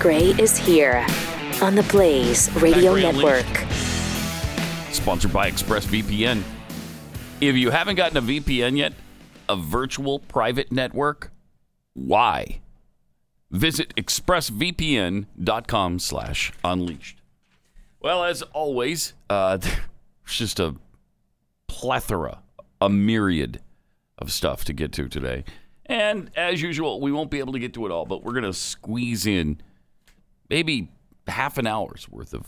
Gray is here on the Blaze Radio Gray Network. Unleashed. sponsored by ExpressVPN. If you haven't gotten a VPN yet, a virtual private network, why? Visit expressvpn.com slash unleashed. Well, as always, uh, there's just a plethora, a myriad of stuff to get to today. And as usual, we won't be able to get to it all, but we're going to squeeze in maybe half an hour's worth of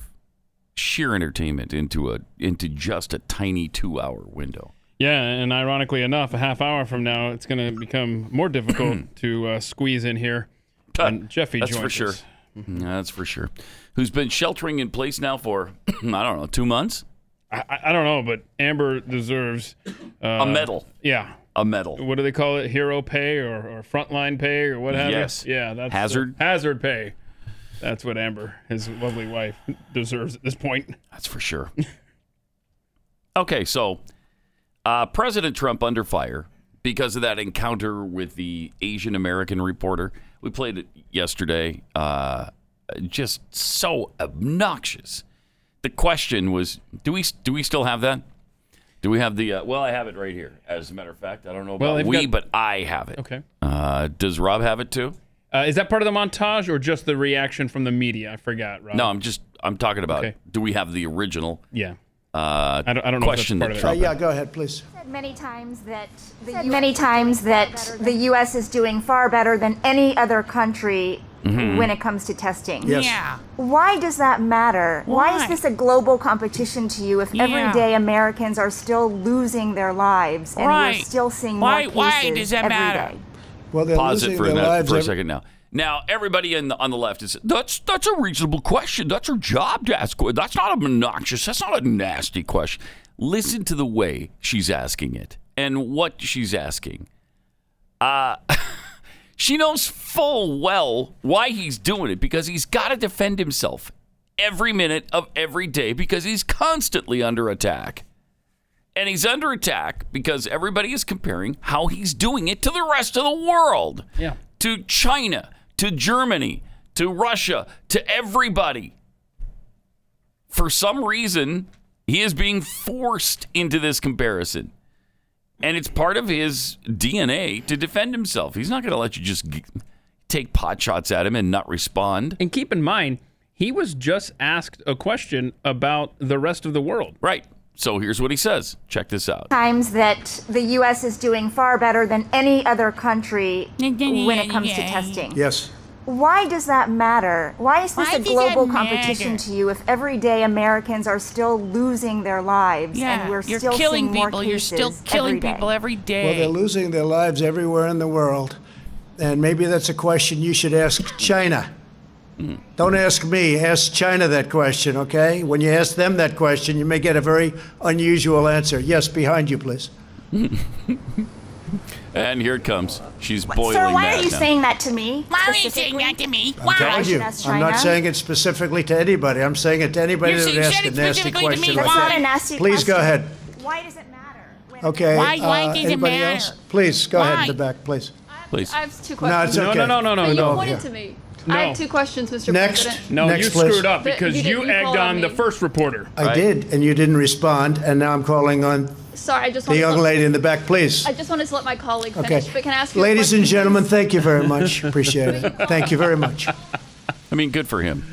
sheer entertainment into a into just a tiny two hour window. Yeah, and ironically enough, a half hour from now, it's going to become more difficult to uh, squeeze in here. And Jeffy That's for joins sure. us. That's for sure. Who's been sheltering in place now for I don't know two months? I, I- I don't know, but Amber deserves. Uh, A medal. Yeah. A medal. What do they call it? Hero pay or, or frontline pay or what have you? Yes. Yeah, that's Hazard. hazard pay. That's what Amber, his lovely wife, deserves at this point. That's for sure. okay, so uh, President Trump under fire because of that encounter with the Asian American reporter. We played it yesterday. Uh, just so obnoxious. The question was, do we do we still have that? Do we have the? Uh, well, I have it right here. As a matter of fact, I don't know about Well, they've we, got- but I have it. Okay. Uh, does Rob have it too? Uh, is that part of the montage or just the reaction from the media? I forgot, Rob. No, I'm just I'm talking about. Okay. Do we have the original Yeah. uh, I don't, I don't know question if that that's part Uh, of it. Trump yeah, go ahead, please. Many times that the U- many times that the U.S. is doing far better than any other country when it comes to testing. Yes. Why does that matter? Why? Why? is this a global competition to you if Yeah. everyday Americans are still losing their lives and we're Right. still seeing Why- more why cases does that every matter? day? Well, they're pause losing it for a, their minute, lives for a every- second now. Now, everybody in the, on the left is that's that's a reasonable question. That's her job to ask. que- That's not obnoxious. That's not a nasty question. Listen to the way she's asking it and what she's asking. Uh, she knows full well why he's doing it because he's got to defend himself every minute of every day because he's constantly under attack. And he's under attack because everybody is comparing how he's doing it to the rest of the world Yeah. to China, to Germany, to Russia, to everybody. For some reason, he is being forced into this comparison. And it's part of his DNA to defend himself. He's not going to let you just g- take pot shots at him and not respond. And keep in mind, he was just asked a question about the rest of the world. Right. So here's what he says. Check this out. Times that the U.S. is doing far better than any other country when it comes to Yeah. testing. Yes. Why does that matter? Why is this Why a does global that competition matter? to you if everyday Americans are still losing their lives Yeah, and we're you're still killing seeing more people. You're still cases killing every day? people every day. Well, they're losing their lives everywhere in the world. And maybe that's a question you should ask China. Mm. Don't ask me, ask China that question, okay? When you ask them that question, you may get a very unusual answer. Yes, behind you, please. And here it comes. She's boiling Sir, why mad are you now. saying that to me? Why are you saying specifically? that to me? Telling Why? should you, ask I'm not China. saying it specifically to anybody. I'm saying it to anybody You're that saying- asks said a it nasty specifically to question me. like That's Why? that. not a nasty Please go question. ahead. Why does it matter? when- Okay. Why- why uh, does it anybody matter? else? Please go ahead Why? in the back, please. Please. I have two No, questions. it's okay. No, no, no, no, you no. pointed yeah. to me. No. I have two questions, Mr. Next. President. No, Next, you please. screwed up But because you you, didn't egged call on on the me. first reporter. I did, and you didn't respond, and now I'm calling on Sorry, I just the wanted young to lady in the back, please. I just wanted to let my colleague Okay. finish. But can I ask you a Ladies question, and gentlemen, please? thank you very much. Appreciate it. Thank you very much. I mean, good for him.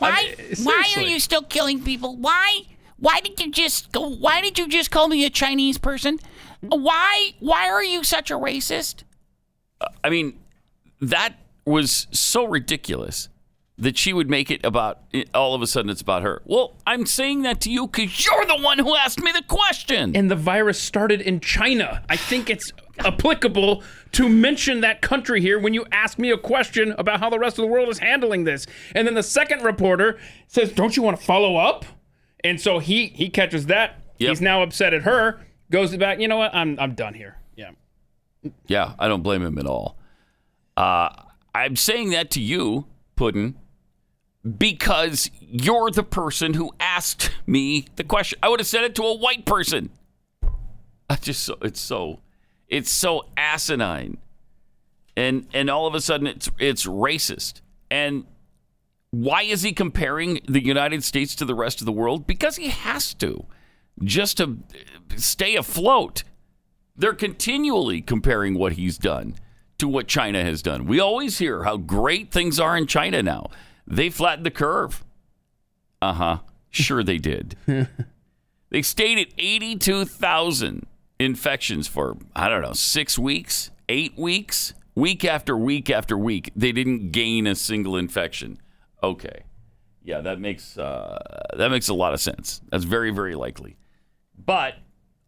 I Why? mean, Why are seriously. you still killing people? Why? Why did you just go? Why did you just call me a Chinese person? Why? Why are you such a racist? I mean, that was so ridiculous that she would make it about all of a sudden it's about her. Well, I'm saying that to you because you're the one who asked me the question. And the virus started in China. I think it's applicable to mention that country here when you ask me a question about how the rest of the world is handling this. And then the second reporter says, "Don't you want to follow up?" And so he he catches that. Yep. He's now upset at her. Goes back. You know what? I'm I'm done here. Yeah. yeah, I don't blame him at all. Uh, I'm saying that to you, Puddin, because you're the person who asked me the question. I would have said it to a white person. I just so it's so it's so asinine. And and all of a sudden it's it's racist. And Why is he comparing the United States to the rest of the world? Because he has to, just to uh, stay afloat. They're continually comparing what he's done to what China has done. We always hear how great things are in China now. They flattened the curve. Uh huh. Sure, they did. They stayed at 82,000 infections for, I don't know, six weeks, eight weeks, week after week after week. They didn't gain a single infection. Okay. Yeah, that makes, uh, that makes a lot of sense. That's very, very likely. But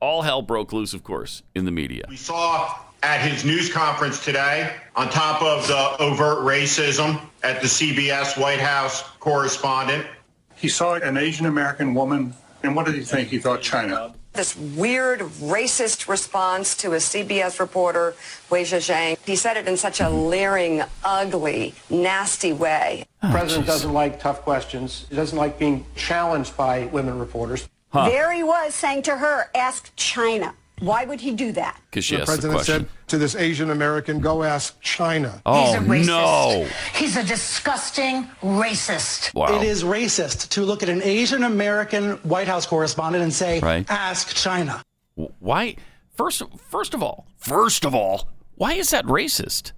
all hell broke loose, of course, in the media. We saw at his news conference today, on top of the overt racism at the CBS White House correspondent, He saw an Asian American woman, and what did he think? He thought China. this weird racist response to a CBS reporter, Wei Zhang. He said it in such a leering, ugly, nasty way. Oh, president doesn't like tough questions. He doesn't like being challenged by women reporters. There he was saying to her, ask China. Why would he do that? Because she the asked the president question. said to this Asian American, "Go ask China." oh, no. He's a disgusting racist. Wow. It is racist to look at an Asian American White House correspondent and say, Right. "Ask China." W- Why? First, first of all, first of all, why is that racist?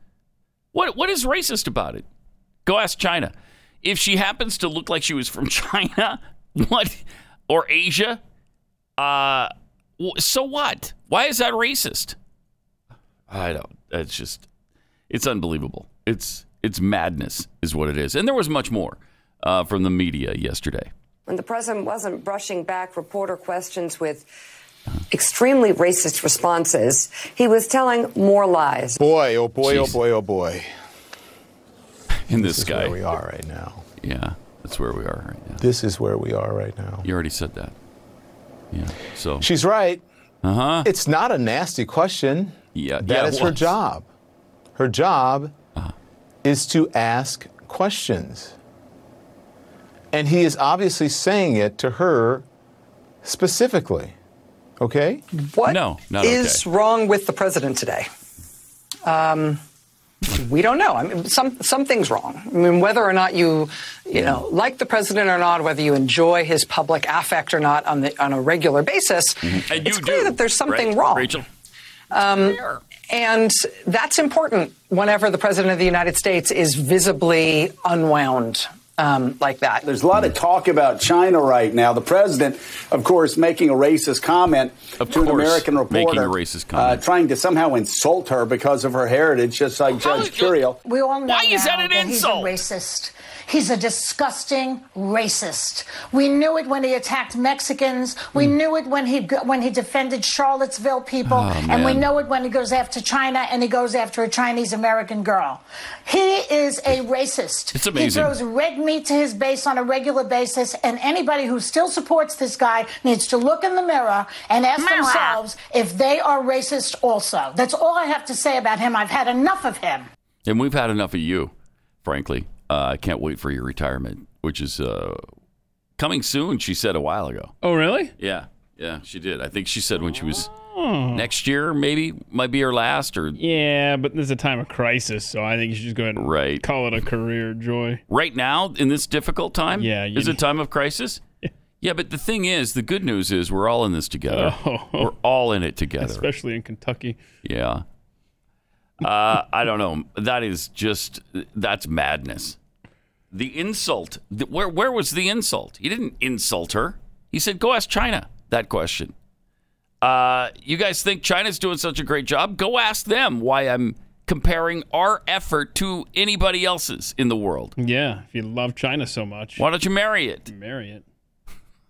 What what is racist about it? Go ask China. If she happens to look like she was from China, what or Asia, uh, w- so what? Why is that racist? I don't. It's just, it's unbelievable. It's it's madness, is what it is. And there was much more uh, from the media yesterday. When the president wasn't brushing back reporter questions with extremely racist responses, he was telling more lies. Boy, oh boy, Jeez. oh boy, oh boy. In this, guy, Where we are right now. yeah, that's where we are right now. This is where we are right now. You already said that. Yeah. So She's right. uh huh. It's not a nasty question. Yeah. That is yeah, it her was. Uh-huh. job. Her job is to ask questions. And he is obviously saying it to her specifically. Okay? What No, not is okay. wrong with the president today? Um, we don't know. I mean, some something's wrong. I mean, whether or not you, you know, like the president or not, whether you enjoy his public affect or not on the on a regular basis, Mm-hmm. And it's you clear do, that there's something right, wrong. Um, Rachel. And that's important whenever the president of the United States is visibly unwound um, like that. There's a lot of talk about China right now. The president, of course, making a racist comment Of to an course, American reporter, making a racist comment. Uh, trying to somehow insult her because of her heritage, just like How Judge is it- Curio. We all know Why is that now an he's a insult? racist. He's a disgusting racist. We knew it when he attacked Mexicans. We Hmm. knew it when he when he defended Charlottesville people, and we Ah, man. know it when he goes after China and he goes after a Chinese American girl. He is a racist. It's amazing. He throws red meat to his base on a regular basis, and anybody who still supports this guy needs to look in the mirror and ask Mirror. themselves if they are racist. Also, that's all I have to say about him. I've had enough of him. And we've had enough of you, frankly. Uh, I can't wait for your retirement, which is uh, coming soon. She said a while ago. Oh, really? Yeah, yeah, she did. I think she said when she was Hmm. next year, maybe might be her last or Yeah, but this is a time of crisis, so I think you should just go ahead and Right. call it a career, Joy. right now in this difficult time. Yeah, you- is a time of crisis. Yeah, but the thing is, the good news is we're all in this together. Oh. We're all in it together. Especially in Kentucky. Yeah. Uh, I don't know. That is just that's madness. The insult. The, where where was the insult? He didn't insult her. He said, "Go ask China that question." Uh, you guys think China's doing such a great job? Go ask them why I'm comparing our effort to anybody else's in the world. Yeah, if you love China so much, Why don't you marry it? marry it.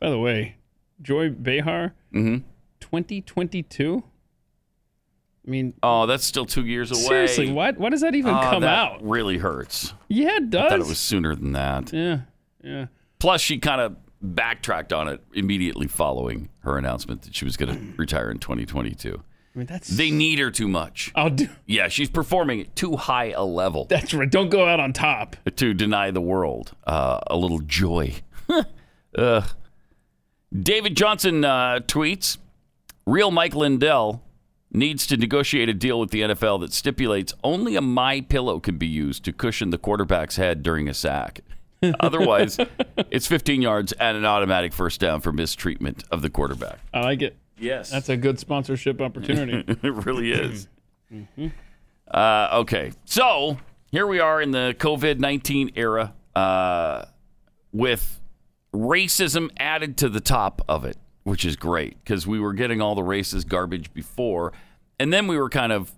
By the way, Joy Behar, Mm-hmm. 2022? I mean, Oh, that's still two years away. seriously, why, why does that even Oh, come that out? Really hurts. Yeah, it I does. thought it was sooner than that. Yeah, yeah. Plus, she kind of backtracked on it immediately following her announcement that she was going to retire in 2022. I mean, that's. They need her too much. I'll do. Yeah, she's performing at too high a level That's right. Don't go out on top. to deny the world uh, a little joy. Ugh. David Johnson uh, tweets Real Mike Lindell needs to negotiate a deal with the NFL that stipulates only a my pillow can be used to cushion the quarterback's head during a sack. Otherwise, it's 15 yards and an automatic first down for mistreatment of the quarterback. I like it. Yes. That's a good sponsorship opportunity. it really is. Uh, okay, so here we are in the COVID 19 era uh, with racism added to the top of it, which is great because we were getting all the racist garbage before. And then we were kind of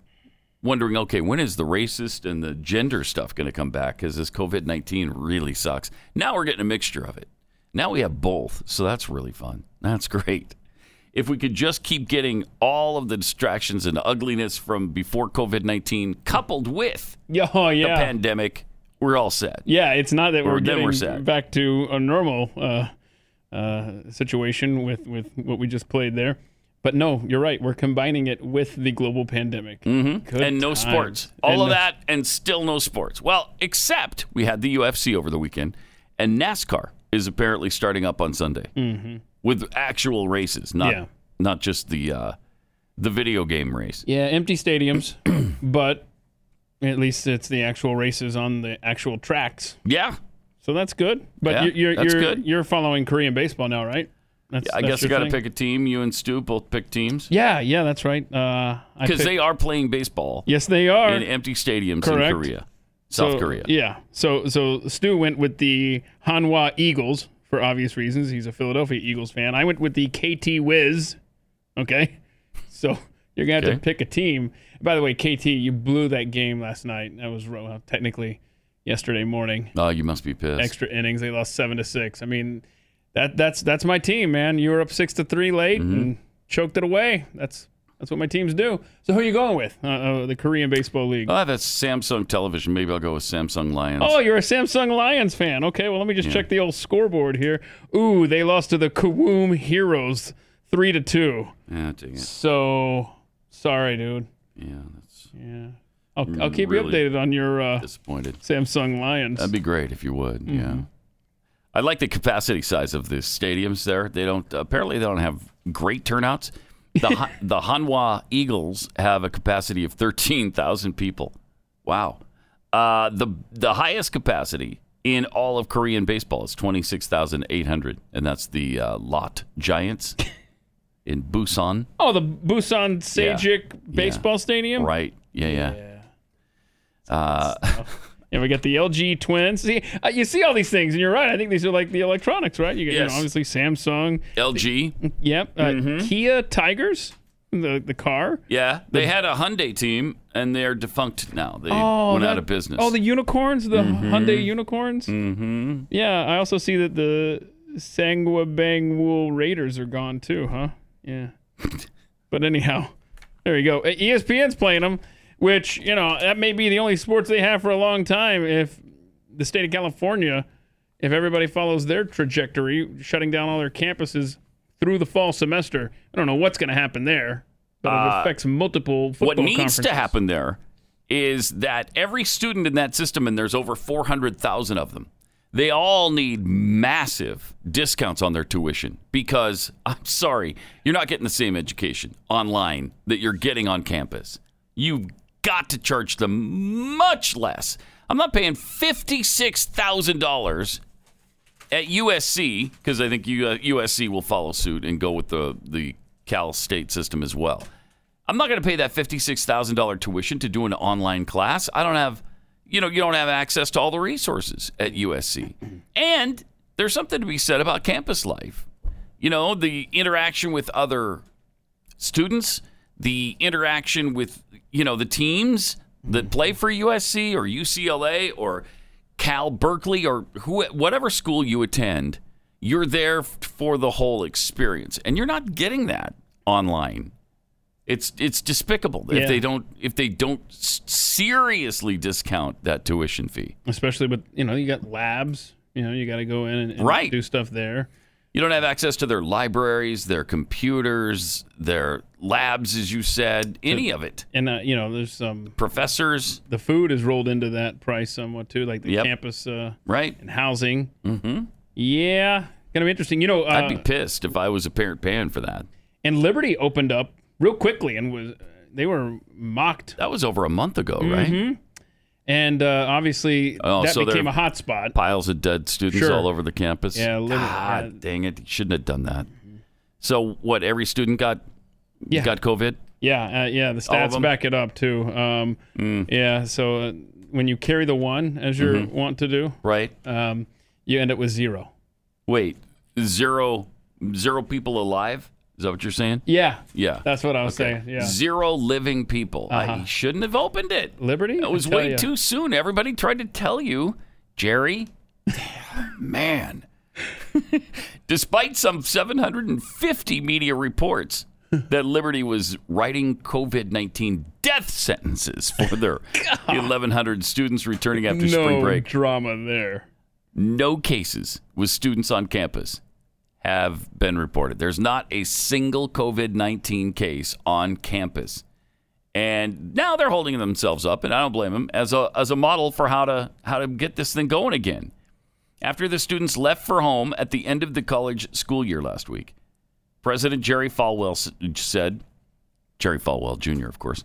wondering okay, when is the racist and the gender stuff going to come back? Because this COVID 19 really sucks. Now we're getting a mixture of it. Now we have both. So that's really fun. That's great if we could just keep getting all of the distractions and ugliness from before COVID 19 coupled with Yeah, oh, the yeah. pandemic, we're all set. Yeah, it's not that Or we're, then getting we're sad. back to a normal uh, uh, situation with, with what we just played there. But no, you're right. We're combining it with the global pandemic. Mm-hmm. and no sports. All of that and still no sports. Well, except we had the UFC over the weekend, and NASCAR is apparently starting up on Sunday Mhm. with actual races, not Yeah. not just the uh, the video game race. Yeah, empty stadiums, but at least it's the actual races on the actual tracks. Yeah. So that's good. But Yeah, you're, you're, that's you're, good. you're following Korean baseball now, right? That's, I that's guess you your got to thing? pick a team. You and Stu both pick teams Yeah, yeah, that's right. Because uh, because they are playing baseball. Yes, they are. in empty stadiums Correct. in Korea, South So, Korea. Yeah. So so Stu went with the Hanwha Eagles for obvious reasons. He's a Philadelphia Eagles fan. I went with the KT Wiz. Okay. So you're gonna have Okay. to pick a team. By the way, KT, you blew that game last night. That was well, technically yesterday morning. Oh, you must be pissed. Extra innings. They lost seven to six. I mean, that that's that's my team, man. You were up six to three late Mm-hmm. and choked it away. That's that's what my teams do. So who are you going with? Uh, uh, the Korean Baseball League. I have a Oh, Samsung television. Maybe I'll go with Samsung Lions. Oh, you're a Samsung Lions fan. Okay, well, let me just check the old scoreboard here. Ooh, they lost to the Kawoom Heroes three to two. Yeah, Ah, dang it. So sorry, dude. Yeah, that's yeah. I'll, I'm I'll keep really you updated on your uh, disappointed. Samsung Lions. That'd be great if you would. Yeah. Mhm. I like the capacity size of the stadiums there. They don't apparently they don't have great turnouts. The Ha- the Hanwha Eagles have a capacity of 13,000 people. Wow. Uh, the the highest capacity in all of Korean baseball is 26,800 and that's the uh, Lot Giants in Busan. Oh, the Busan Sajic Yeah. Baseball Stadium. Right. Yeah, yeah. Uh, Yeah, we got the LG Twins. See, uh, you see all these things, and you're right. I think these are like the electronics, right? You get you know, Yes. obviously Samsung. LG. Yep. Uh, Mm-hmm. Kia Tigers, the the car. Yeah, they had a Hyundai team, and they're defunct now. They went out that- of business. Oh, the unicorns, the Mhm. Hyundai unicorns. hmm Yeah, I also see that the Sangwa Bang Wool Raiders are gone too, huh? Yeah. but anyhow, there you go. Uh, ESPN's playing them, which you know that may be the only sports they have for a long time. If the state of California, if everybody follows their trajectory, shutting down all their campuses through the fall semester, I don't know what's going to happen there, but Uh, it affects multiple football What needs conferences. to happen there is that every student in that system, and there's over 400,000 of them, they all need massive discounts on their tuition because I'm sorry, you're not getting the same education online that you're getting on campus. You've got to charge them much less. I'm not paying $56,000 at USC because I think U- uh, USC will follow suit and go with the the Cal State system as well. I'm not going to pay that fifty-six thousand dollar tuition to do an online class. I don't have, you know, you don't have access to all the resources at USC. And there's something to be said about campus life. You know, the interaction with other students, the interaction with you know the teams that play for USC or UCLA or Cal Berkeley or who whatever school you attend, you're there f- for the whole experience, and you're not getting that online. It's it's despicable if Yeah. they don't if they don't s- seriously discount that tuition fee. especially with you know you got labs you know you got to go in and, and Right. do stuff there You don't have access to their libraries, their computers, their labs, as you said, any of it. and uh, you know there's some professors the food is rolled into that price somewhat too like the Yep. campus uh, Right. and housing Mm-hmm. yeah gonna be interesting you know uh, I'd be pissed if I was a parent paying for that. and liberty opened up real quickly and was they were mocked That was over a month ago, right? Mhm. and uh, obviously Oh, that so there became are a hot spot. Piles of dead students Sure. all over the campus. Yeah, literally, God uh, dang it! You Shouldn't have done that. So what? Every student got Yeah. got COVID. Yeah, uh, yeah, the All of stats them? Mm. back it up too. Um, Yeah, so uh, when you carry the one as you Mhm. are want to do, right? Um, you end up with zero. Wait, zero zero people alive. Is that what you're saying? Yeah, Yeah. that's what I was Okay. saying. Yeah, Uh-huh. Zero living people. I shouldn't have opened it. Liberty. It was I tell way ya. too soon. Everybody tried to tell you, Jerry. Man. Despite some 750 media reports that Liberty was writing COVID 19 death sentences for their 1,100 students returning after No spring break. drama there. No cases with students on campus have been reported. There's not a single COVID 19 case on campus. And now they're holding themselves up, and I don't blame them, as a, as a model for how to, how to get this thing going again. After the students left for home at the end of the college school year last week, President Jerry Falwell s- said, Jerry Falwell Jr., of course,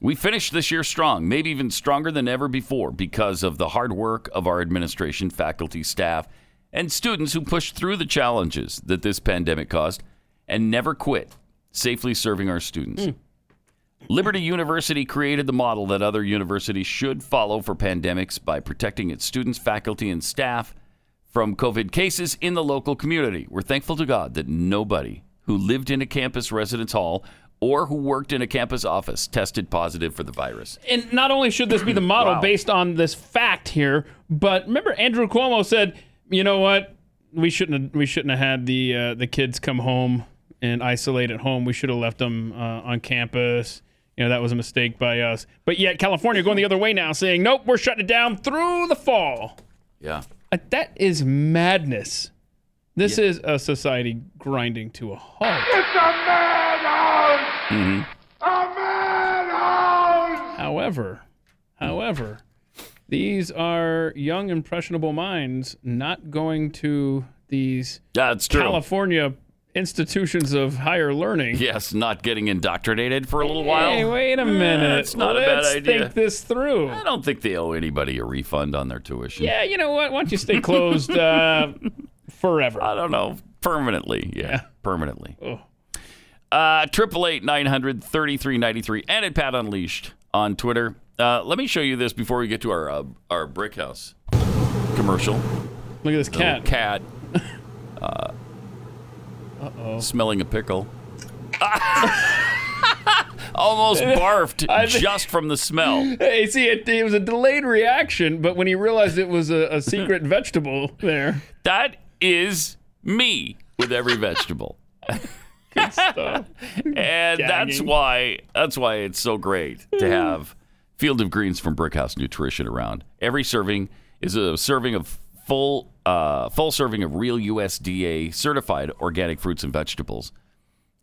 we finished this year strong, maybe even stronger than ever before because of the hard work of our administration, faculty, staff, and students who pushed through the challenges that this pandemic caused and never quit, safely serving our students. Liberty University created the model that other universities should follow for pandemics by protecting its students, faculty, and staff from COVID cases in the local community. We're thankful to God that nobody who lived in a campus residence hall or who worked in a campus office tested positive for the virus. And not only should this be the model Wow. based on this fact here, but remember Andrew Cuomo said, you know what, we shouldn't have, we shouldn't have had the uh, the kids come home and isolate at home. We should have left them uh, on campus. You know that was a mistake by us. But yet California going the other way now, saying nope, we're shutting it down through the fall. Yeah. Uh, That is madness. This is a society grinding to a halt. It's a madhouse! However, however, these are young, impressionable minds not going to these That's true. California institutions of higher learning. Yes, not getting indoctrinated for a little while. Hey, wait a Eh, minute. It's not Let's a bad idea. think this through. I don't think they owe anybody a refund on their tuition. Yeah, you know what? Why don't you stay closed uh, forever? I don't know. Permanently. Yeah. Permanently. Oh. Uh, Triple eight nine hundred thirty three ninety three and at Pat Unleashed on Twitter. Uh, let me show you this before we get to our uh, our brick house commercial. Look at this cat. Cat. Uh Uh-oh. Smelling a pickle. Almost barfed I think- just from the smell. Hey, see, it, it was a delayed reaction, but when he realized it was a, a secret vegetable there. That is me with every vegetable. and Gagging. that's Mm. why that's why it's so great to have Field of Greens from Brickhouse Nutrition around. Every serving is a serving of full uh, full serving of real USDA certified organic fruits and vegetables,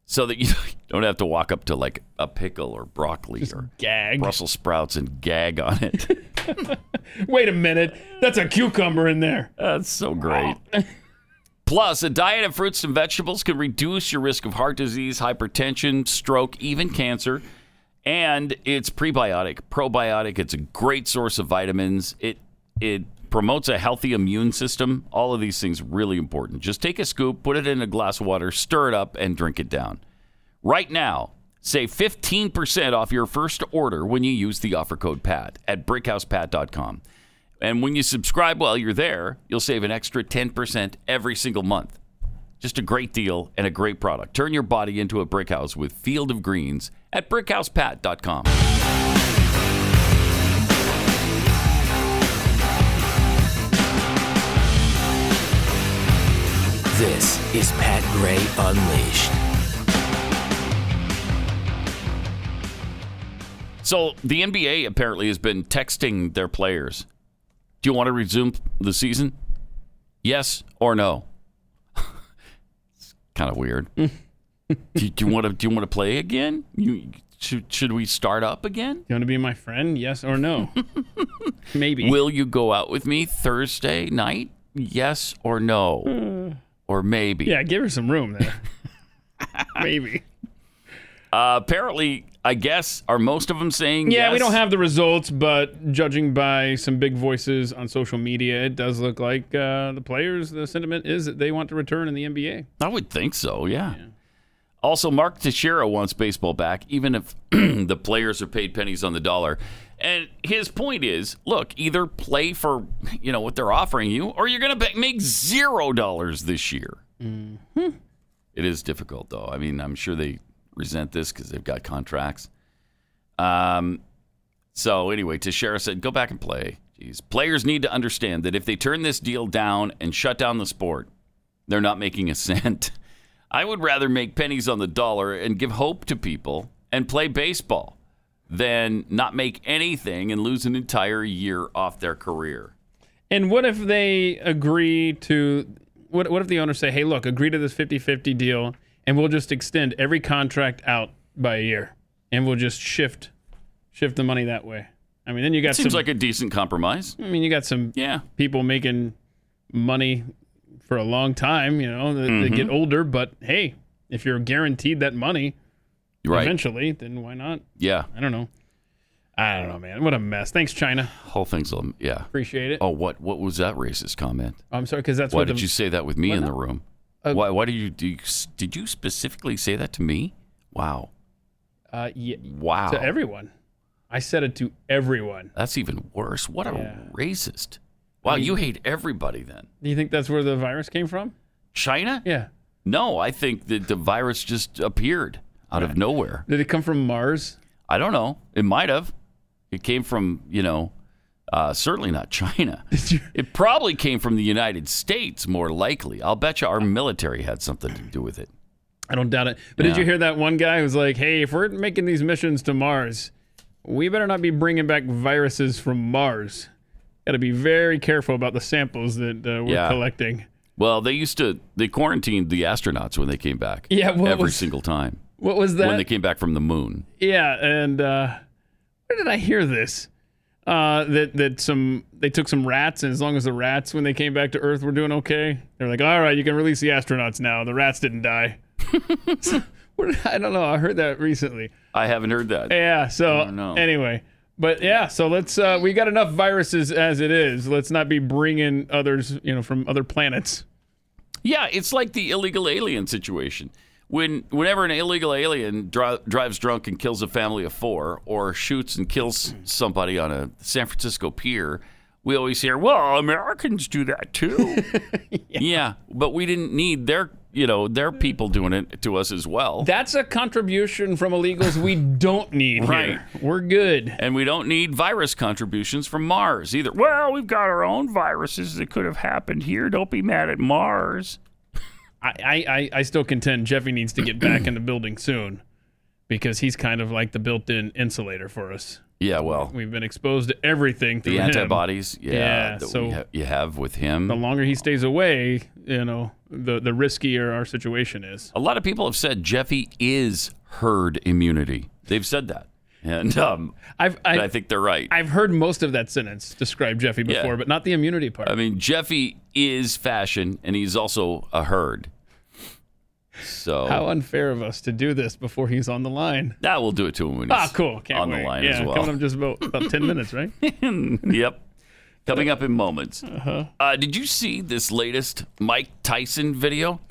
so that you don't have to walk up to like a pickle or broccoli or gag. Brussels sprouts and gag on it. Wait a minute. That's a cucumber in there. That's so great. Plus, a diet of fruits and vegetables can reduce your risk of heart disease, hypertension, stroke, even cancer. And it's prebiotic, probiotic. It's a great source of vitamins. It it promotes a healthy immune system. All of these things really important. Just take a scoop, put it in a glass of water, stir it up, and drink it down. Right now, save 15% off your first order when you use the offer code PAT at brickhousepat.com. And when you subscribe while you're there, you'll save an extra 10% every single month. Just a great deal and a great product. Turn your body into a brick house with Field of Greens at brickhousepat.com. This is Pat Gray Unleashed. So the NBA apparently has been texting their players. Do you want to resume the season? Yes or no? it's kind of weird. Mm. do, do you want to do you want to play again? You should, should we start up again? You want to be my friend? Yes or no? Maybe. Will you go out with me Thursday night? Yes or no? Hmm. or maybe. Yeah, give her some room there. Maybe. Uh, apparently, I guess are most of them saying Yeah, we yes? don't have the results, but judging by some big voices on social media, it does look like uh, the players, the sentiment is that they want to return in the NBA. I would think so, yeah. Also, Mark Teixeira wants baseball back, even if the players are paid pennies on the dollar. And his point is, look, either play for you know what they're offering you, or you're going to make zero dollars this year. Mm-hmm. It is difficult, though. I mean, I'm sure they resent this because they've got contracts. Um, so anyway, Teixeira said, "Go back and play." Jeez. Players need to understand that if they turn this deal down and shut down the sport, they're not making a cent. I would rather make pennies on the dollar and give hope to people and play baseball than not make anything and lose an entire year off their career. And what if they agree to what what if the owners say, "Hey, look, agree to this 50-50 deal and we'll just extend every contract out by a year and we'll just shift shift the money that way." I mean, then you got It seems some like a decent compromise. I mean, you got some yeah. people making money for a long time, you know, they, they get Mhm. older, but hey, if you're guaranteed that money Right. eventually, then why not? Yeah. I don't know. I don't know, man. What a mess. Thanks, China. Whole thing's a yeah. Appreciate it. Oh, what what was that racist comment? I'm sorry cuz that's why what did the- Oh. you say that with me Well, in no. the room? why why did you, do you did you specifically say that to me? Wow. uh, yeah, Wow. to everyone. I said it to everyone. That's e even worse. What a Yeah. racist. Wow, I mean- you hate everybody then. Do you think that's where the virus came from? China? Yeah. No, I think that the virus just appeared out of nowhere. Did it come from Mars? I don't know. It might have. It came from, you know, uh, certainly not China. it probably came from the United States, more likely. I'll bet you our military had something to do with it. I don't doubt it. But did Yeah. you hear that one guy who's like, "Hey, if we're making these missions to Mars, we better not be bringing back viruses from Mars. Got to be very careful about the samples that uh, we're Yeah. collecting." Well, they used to, they quarantined the astronauts when they came back. Yeah, what Every was- single time. What was When that? they came back from the moon. Yeah, and uh, where did I hear this? Uh, that that some they took some rats, and as long as the rats, when they came back to Earth, were doing okay, they're like, all right, you can release the astronauts now. The rats didn't die. Where did- I don't know. I heard that Uh, recently. I haven't heard that. Yeah. So don't know. anyway, but yeah. So let's. Uh, we got enough viruses as it is. Let's not be bringing others, you know, from other planets. Yeah, it's like the illegal alien situation. When whenever an illegal alien dri- drives drunk and kills a family of four, or shoots and kills somebody on a San Francisco pier, we always hear, "Well, Americans do that too." yeah. but we didn't need their you know their people doing it to us as well. That's a contribution from illegals we don't need Right. here. We're good. And we don't need virus contributions from Mars either. Well, we've got our own viruses that could have happened here. Don't be mad at Mars. I, I, I- I still contend Jeffy needs to get back in the building soon because he's kind of like the built-in insulator for us. Yeah, well, We've been exposed to everything through the him. antibodies, yeah, that so we ha- you have with him. the longer he stays away, you know, the the riskier our situation is. A lot of people have said Jeffy is herd immunity. They've said that, and um, I've- and I- I think they're right. I've heard most of that sentence described Jeffy Yeah. before, but not the immunity part. I mean, Jeffy is fashion, and he's also a herd. So How unfair of us to do this before he's on the line. that will do it to him when he's Ah, cool. Can't on wait. the line yeah, as well. Coming up just about, about 10 minutes, right? yep. Coming up in moments. Uh-huh. Uh, did you see this latest Mike Tyson video?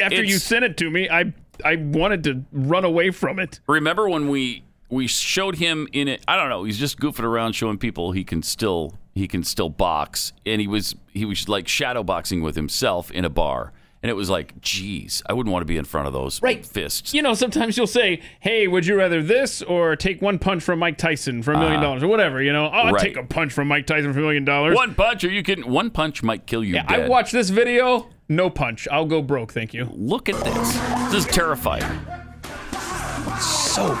After you It's- sent it to me, I I wanted to run away from it. Remember when we we showed him in it? I don't know. He's just goofing around, showing people he can still he can still box, and he was he was like shadow boxing with himself in a bar, and it was like, geez, I wouldn't want to be in front of those Right. fists. You know, sometimes you'll say, "Hey, would you rather this or take one punch from Mike Tyson for a million Uh-huh. dollars or whatever?" You know, oh, I'd Right. take a punch from Mike Tyson for a million dollars. One punch, or you can one punch might kill you. Yeah, dead. I watched this video. No punch. I'll go broke. Thank you. Look at this. This is terrifying. So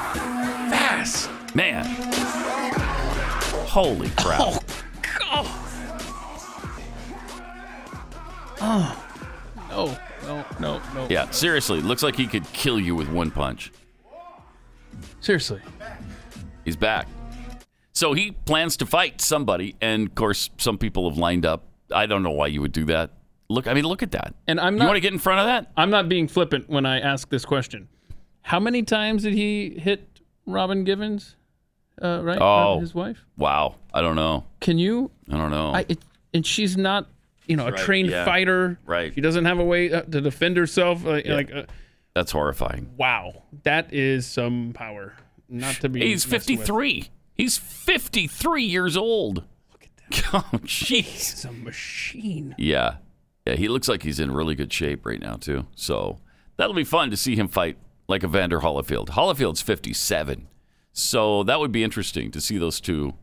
fast, man. Holy crap! Oh, Oh. No, no, no, no. Yeah, seriously, looks like he could kill you with one punch. Seriously. He's back. So he plans to fight somebody, and of course, some people have lined up. I don't know why you would do that. Look, I mean, look at that. And I'm You not wanna get in front of that? I'm not being flippant when I ask this question. How many times did he hit Robin Givens, uh, right? Oh, Uh, his wife. Wow, I don't know. Can you? I don't know. I, it, and she's not, you know, a Right, trained yeah. fighter. Right. She doesn't have a way uh, to defend herself. Uh, Yeah. Like, uh, That's horrifying. wow, that is some power. Not to be. He's messed with. 53. He's 53 years old. Look at that. Oh, jeez. He's a machine. Yeah. Yeah, he looks like he's in really good shape right now, too. So that'll be fun to see him fight like Evander Holyfield. Holyfield's 57. So that would be interesting to see those two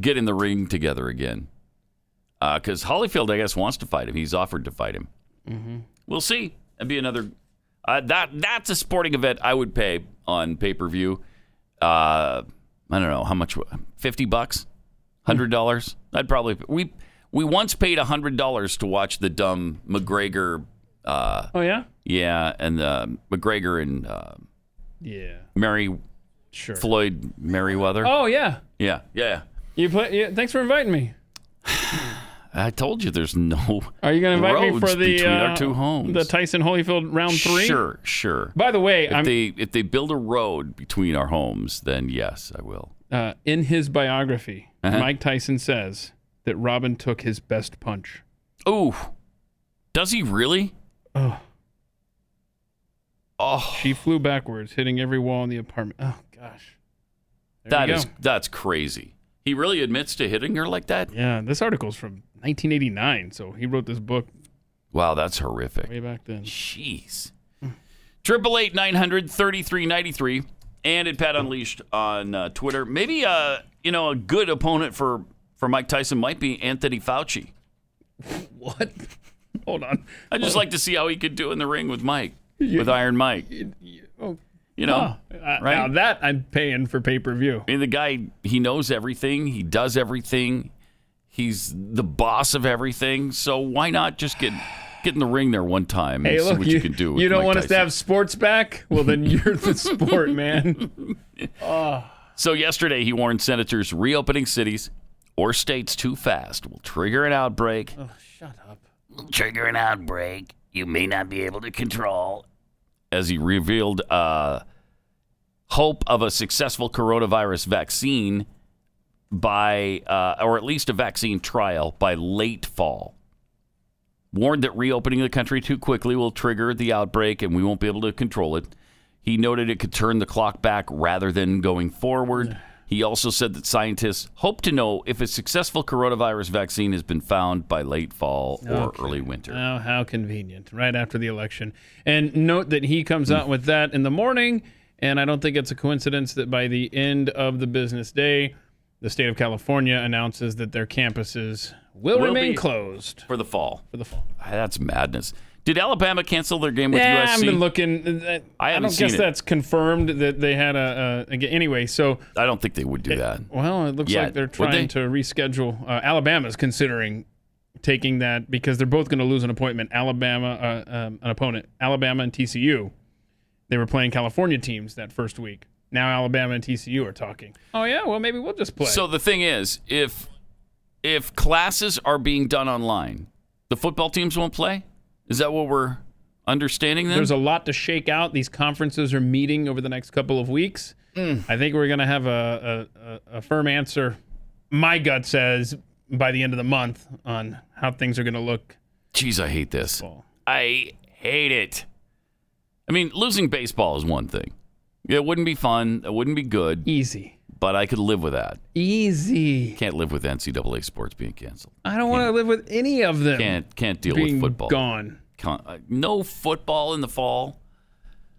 get in the ring together again. Because Holyfield, I guess, wants to fight him. He's offered to fight him. Mm-hmm. We'll see. That'd be another. Uh, that that's a sporting event I would pay on pay per view. Uh, I don't know how much. Fifty bucks, hundred dollars. I'd probably we we once paid hundred dollars to watch the dumb McGregor. Uh, Oh yeah. yeah, and the McGregor and uh, Yeah. Mary Sure. Floyd Merriweather. Oh yeah. yeah, yeah. You play. Yeah, thanks for inviting me. I told you there's no. Are you going to invite me roads for the between uh, our two homes? the Tyson Holyfield round three? Sure, sure. By the way, if I'm they if they build a road between our homes, then yes, I will. uh, in his biography. Uh-huh. Mike Tyson says that Robin took his best punch. Ooh, does he really? Oh. Oh. She flew backwards, hitting every wall in the apartment. Oh gosh. There That you is go. that's crazy. He really admits to hitting her like that. Yeah, this article's from 1989, so he wrote this book Wow, that's horrific. way back then. Jeez. Hmm. Triple eight nine hundred thirty three ninety three, and at Pat Unleashed on uh, Twitter. Maybe uh, you know a good opponent for for Mike Tyson might be Anthony Fauci. What? Hold on. I would just like to see how he could do in the ring with Mike, with Iron Mike. oh. You know, right? Uh, Now that I'm paying for pay per view. I mean, the guy, he knows everything. He does everything. He's the boss of everything. So why not just get get in the ring there one time and Hey, see look, what you, can do? With you don't Mike want us to Tyson. have sports back? Well, then you're the sport, man. Oh. So yesterday, he warned senators reopening cities or states too fast will trigger an outbreak. Oh, Trigger an outbreak you may not be able to control. as he revealed uh, hope of a successful coronavirus vaccine by, uh, or at least a vaccine trial by late fall. Warned that reopening the country too quickly will trigger the outbreak and we won't be able to control it. He noted it could turn the clock back rather than going forward. He also said that scientists hope to know if a successful coronavirus vaccine has been found by late fall Okay. or early winter. Oh, how convenient. Right after the election. And note that he comes out with that in the morning. And I don't think it's a coincidence that by the end of the business day, the state of California announces that their campuses will, remain be closed for the fall. Ah, for the fall. That's madness. Did Alabama cancel their game with yeah, USC? I've been looking. uh, I, I haven't don't seen guess it. that's confirmed that they had a, a, a anyway. So I don't think they would do that. Well, it looks Yeah, like they're would they? trying to reschedule. Uh, Alabama's considering taking that because they're both going to lose an appointment. Alabama, uh, um, an opponent, Alabama and TCU. They were playing California teams that first week. Now Alabama and TCU are talking. Oh yeah, well maybe we'll just play. So the thing is, if if classes are being done online, the football teams won't play. Is that what we're understanding? Then There's a lot to shake out. These conferences are meeting over the next couple of weeks. Mm. I think we're going to have a, a, a, a firm answer. My gut says by the end of the month on how things are going to look. Jeez, I hate this. I hate it. I mean, losing baseball is one thing. It wouldn't be fun. It wouldn't be good. Easy. But I could live with that. Easy. Can't live with NCAA sports being canceled. I don't want to live with any of them. Can't can't deal being with football. Gone. Con- uh, no football in the fall.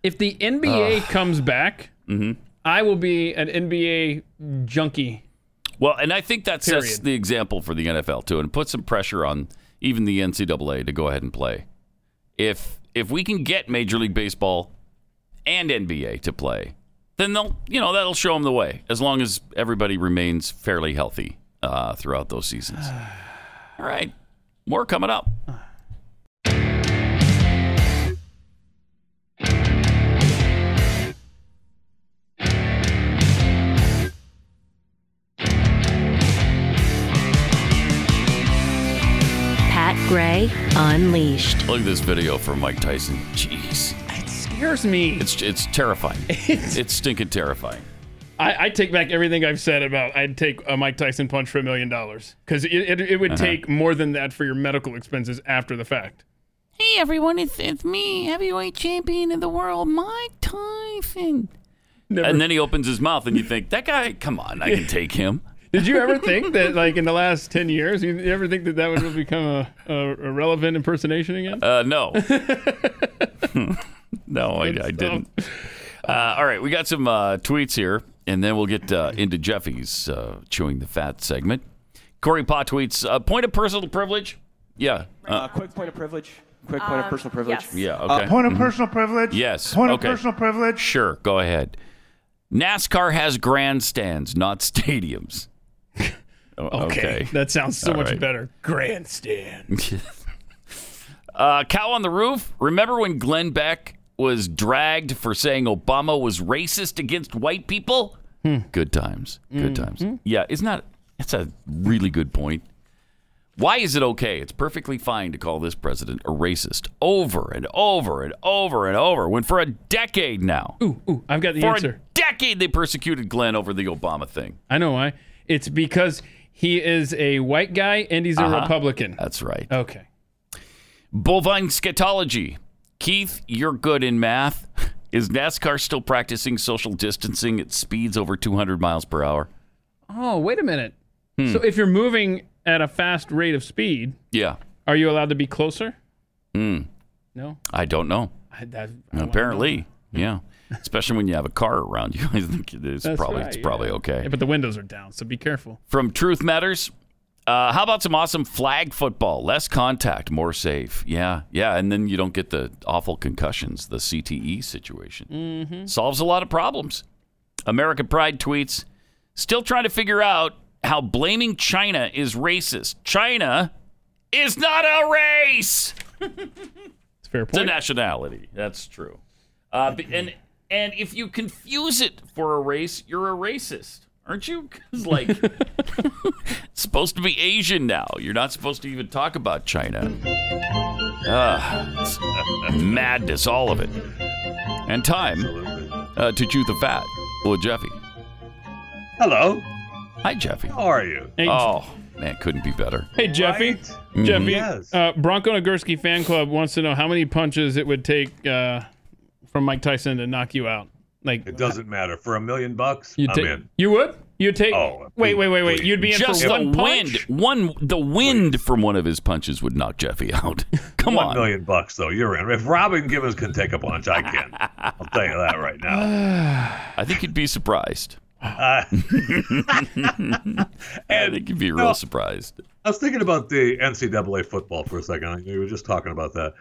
If the NBA comes back, Mm-hmm. I will be an NBA junkie. Well, and I think that sets Period. the example for the NFL too, and put some pressure on even the NCAA to go ahead and play. If if we can get Major League Baseball and NBA to play, then they'll you know that'll show them the way. As long as everybody remains fairly healthy uh, throughout those seasons. All right, more coming up. Pat Gray Unleashed. Look at this video from Mike Tyson. Jeez, Scares me. it's it's terrifying. it's stinking terrifying. I, I take back everything I've said about I'd take a Mike Tyson punch for a million dollars because it, it, it would Uh-huh. take more than that for your medical expenses after the fact. Hey everyone, it's, it's me, heavyweight champion of the world, Mike Tyson. And then he opens his mouth, and you think, that guy, come on, I can take him. Did you ever think that, like in the last ten years, you ever think that that would become a, a, a relevant impersonation again? Uh, no. no, I, I didn't. Uh, all right, we got some uh, tweets here, and then we'll get uh, into Jeffy's uh, Chewing the Fat segment. Corey Paw tweets, uh, point of personal privilege. Yeah. Uh, quick point of privilege. Quick point of personal privilege. yeah, okay. Uh, point of Mhm. personal privilege. Yes. Point okay. of personal privilege. Sure, go ahead. NASCAR has grandstands, not stadiums. Oh, O- Okay, that sounds so All much right. better. Grandstand. uh, Cow on the Roof. Remember when Glenn Beck was dragged for saying Obama was racist against white people? Hmm. Good times. Good Mm-hmm. times. Yeah, it's not. That's a really good point. Why is it okay? It's perfectly fine to call this president a racist over and over and over and over. When for a decade now, Ooh, ooh, I've got the for answer. a decade they persecuted Glenn over the Obama thing. I know why. It's because he is a white guy and he's a Uh-huh. Republican. That's right. Okay. Bovine scatology. Keith, you're good in math. Is NASCAR still practicing social distancing at speeds over 200 miles per hour? Oh, wait a minute. Hmm. So if you're moving at a fast rate of speed, Yeah. are you allowed to be closer? Hmm. No. I don't know. I, that, Apparently, yeah. Especially when you have a car around you, I think it is That's probably right, it's yeah. probably okay. Yeah, but the windows are down, so be careful. From Truth Matters, uh, how about some awesome flag football? Less contact, more safe. Yeah, yeah, and then you don't get the awful concussions, the CTE situation. Mm-hmm. solves a lot of problems. American Pride tweets, still trying to figure out how blaming China is racist. China is not a race. It's a fair It's a point. nationality. That's true. Uh, b- and and if you confuse it for a race, you're a racist, aren't you? 'Cause, like it's supposed to be Asian now. You're not supposed to even talk about China. Ah, it's, uh, madness, all of it. And time uh, to chew the fat with Jeffy. Hello. Hi, Jeffy. How are you? Hey, oh man, couldn't be better. Hey, Jeffy. Mhm. Jeffy. Yes. Uh, Bronco Nagurski fan club wants to know how many punches it would take uh, from Mike Tyson to knock you out. Like it doesn't matter. For a million bucks, You I'm take- in. You would? You take? Oh, wait, wait, wait, wait. please. You'd be in Just for the one punch. wind, one the wind from one of his punches would knock Jeffy out. Come One on. million bucks, though. You're in. If Robin Givens can take a punch, I can. I'll tell you that right now. I think you'd be surprised. Uh, I think you'd be no. real surprised. I was thinking about the NCAA football for a second. We were just talking about that.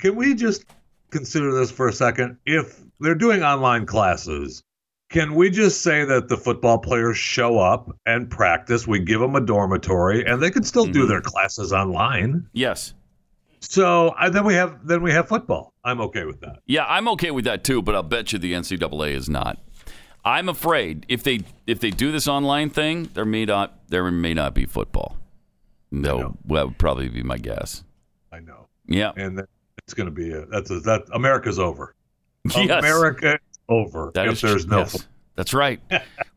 Can we just consider this for a second? If they're doing online classes, can we just say that the football players show up and practice? We give them a dormitory, and they can still do their classes online. Mm-hmm. Yes. So I, then we have then we have football. I'm okay with that. Yeah, I'm okay with that too, but I'll bet you the NCAA is not. I'm afraid if they if they do this online thing, there may not there may not be football. No, that would probably be my guess. I know. Yeah. And then it's going to be a, that's a, that America's over. Yes. America is over That if is tr- there's no yes. football. That's right.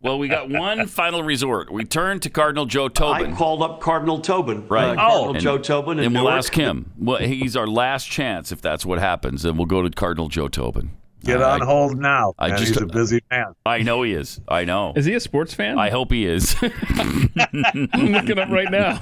well, we got one final resort. We turn to Cardinal Joe Tobin. I called up Cardinal Tobin. Right. Uh, Cardinal And- Joe Tobin. in And we'll Newark. ask him. Well, he's our last chance if that's what happens. And we'll go to Cardinal Joe Tobin. Get Uh, on hold now. I man. just- he's a busy man. I know he is. I know. Is he a sports fan? I hope he is. I'm looking up right now.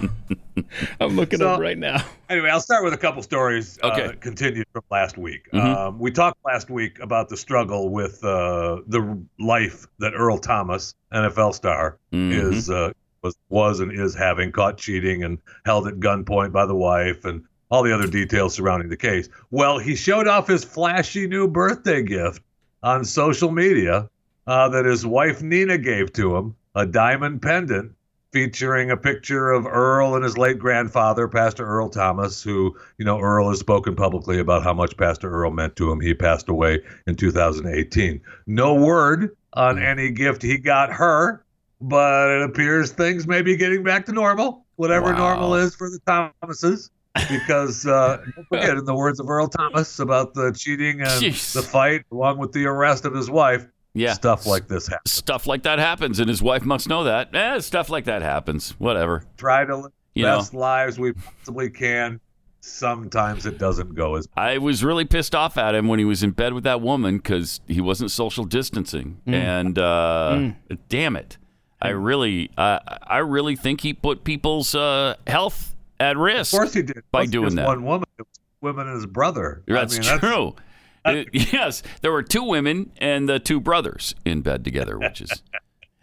I'm looking So- up right now. Anyway, I'll start with a couple stories. Uh, Okay. continued from last week. Mhm. Um, we talked last week about the struggle with uh, the life that Earl Thomas, NFL star, Mhm. is uh, was was and is having, caught cheating and held at gunpoint by the wife, and all the other details surrounding the case. Well, he showed off his flashy new birthday gift on social media uh, that his wife Nina gave to him, a diamond pendant featuring a picture of Earl and his late grandfather, Pastor Earl Thomas, who, you know, Earl has spoken publicly about how much Pastor Earl meant to him. He passed away in 2018. No word on Mm. any gift he got her, but it appears things may be getting back to normal, whatever Wow. normal is for the Thomases. Because uh, don't forget, in the words of Earl Thomas about the cheating and Jeez. the fight, along with the arrest of his wife, Yeah. Stuff like this happens. Stuff like that happens, and his wife must know that. Eh, stuff like that happens. Whatever. Try to live the You know. best lives we possibly can. Sometimes it doesn't go as I was really pissed off at him when he was in bed with that woman because he wasn't social distancing, Mm. and uh, Mm. damn it, I really, uh, I really think he put people's uh, health at risk. Of course he did by wasn't doing just that. One woman, it was two women and his brother. I That's mean, true. Uh, yes, there were two women and the two brothers in bed together, which is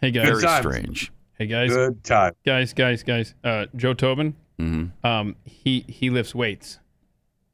Hey guys. very strange. Hey guys. Good time. Guys, guys, guys. Uh, Joe Tobin. Mhm. Um, he he lifts weights.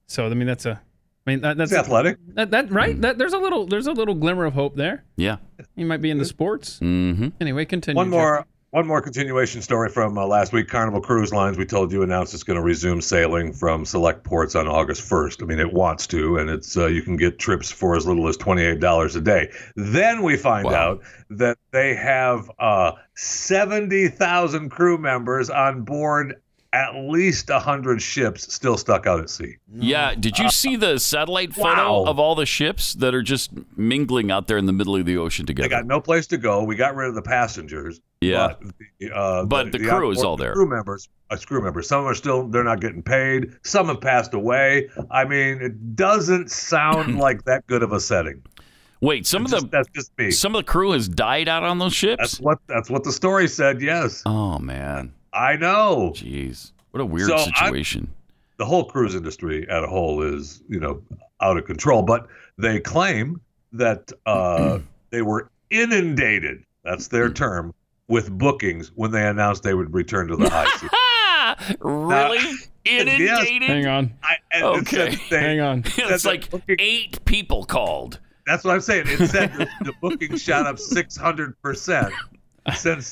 So I mean that's a. I mean that, that's He's athletic. That, that right? That there's a little there's a little glimmer of hope there. Mm-hmm. Yeah. You might be into sports. Mm-hmm. Anyway, continue. One Joe. more, one more continuation story from uh, last week. Carnival Cruise Lines, we told you, announced it's going to resume sailing from select ports on August 1st. I mean, it wants to, and it's uh, you can get trips for as little as twenty-eight dollars a day. Then we find out that they have uh, seventy thousand crew members on board at least hundred ships still stuck out at sea. Yeah, did you see the satellite photo Uh, wow. of all the ships that are just mingling out there in the middle of the ocean together? They got no place to go. We got rid of the passengers. yeah. the, uh, But the crew is outboard- all the there. Crew members, uh, crew members. Some are still. They're not getting paid. Some have passed away. I mean, it doesn't sound like that good of a setting. Wait, some of the that's just me. Some of the crew has died out on those ships. That's what that's what the story said. Yes. Oh man. I know. Jeez, what a weird So I'm- situation. the whole cruise industry at a whole is you know out of control but they claim that uh, they were inundated that's Hmm. their term with bookings when they announced they would return to the high seas really Inundated? Uh, Hang on. I, and it said okay. that they- Hang on. said It's that like eight people called. that's what i'm saying it said that the booking shot up 600% since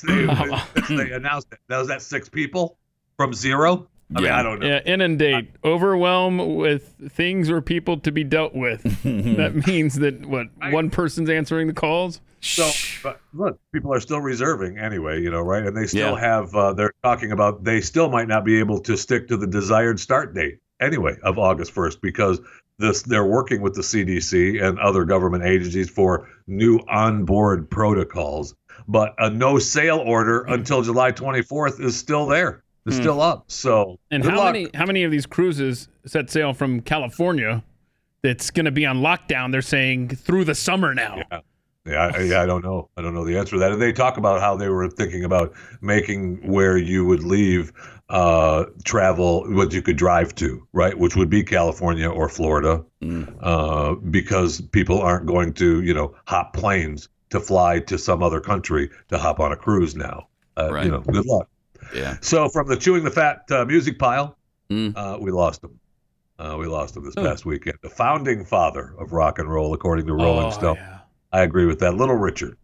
they, since they announced it now is that six people from zero i mean i don't know Yeah, inundate, overwhelm with things or people to be dealt with. that means that what one person's answering the calls. So, but look, people are still reserving anyway, you know, right? And they still Yeah. have, uh, they're talking about they still might not be able to stick to the desired start date anyway of August 1st because this they're working with the CDC and other government agencies for new onboard protocols. But a no sale order until July 24th is still there, it's Hmm. still up. So, And good how luck. many how many of these cruises set sail from California that's going to be on lockdown? They're saying through the summer now. Yeah, I, yeah, I don't know. I don't know the answer to that. And they talk about how they were thinking about making where you would leave uh, travel, what you could drive to, right? Which would be California or Florida, uh, because people aren't going to, you know, hop planes to fly to some other country to hop on a cruise now. Uh, You know, good luck. Yeah. Mm. So from the chewing the fat uh, music pile, uh, we lost him. Uh, we lost him this Oh. past weekend. The founding father of rock and roll, according to Rolling Oh, Stone. I agree with that. Little Richard,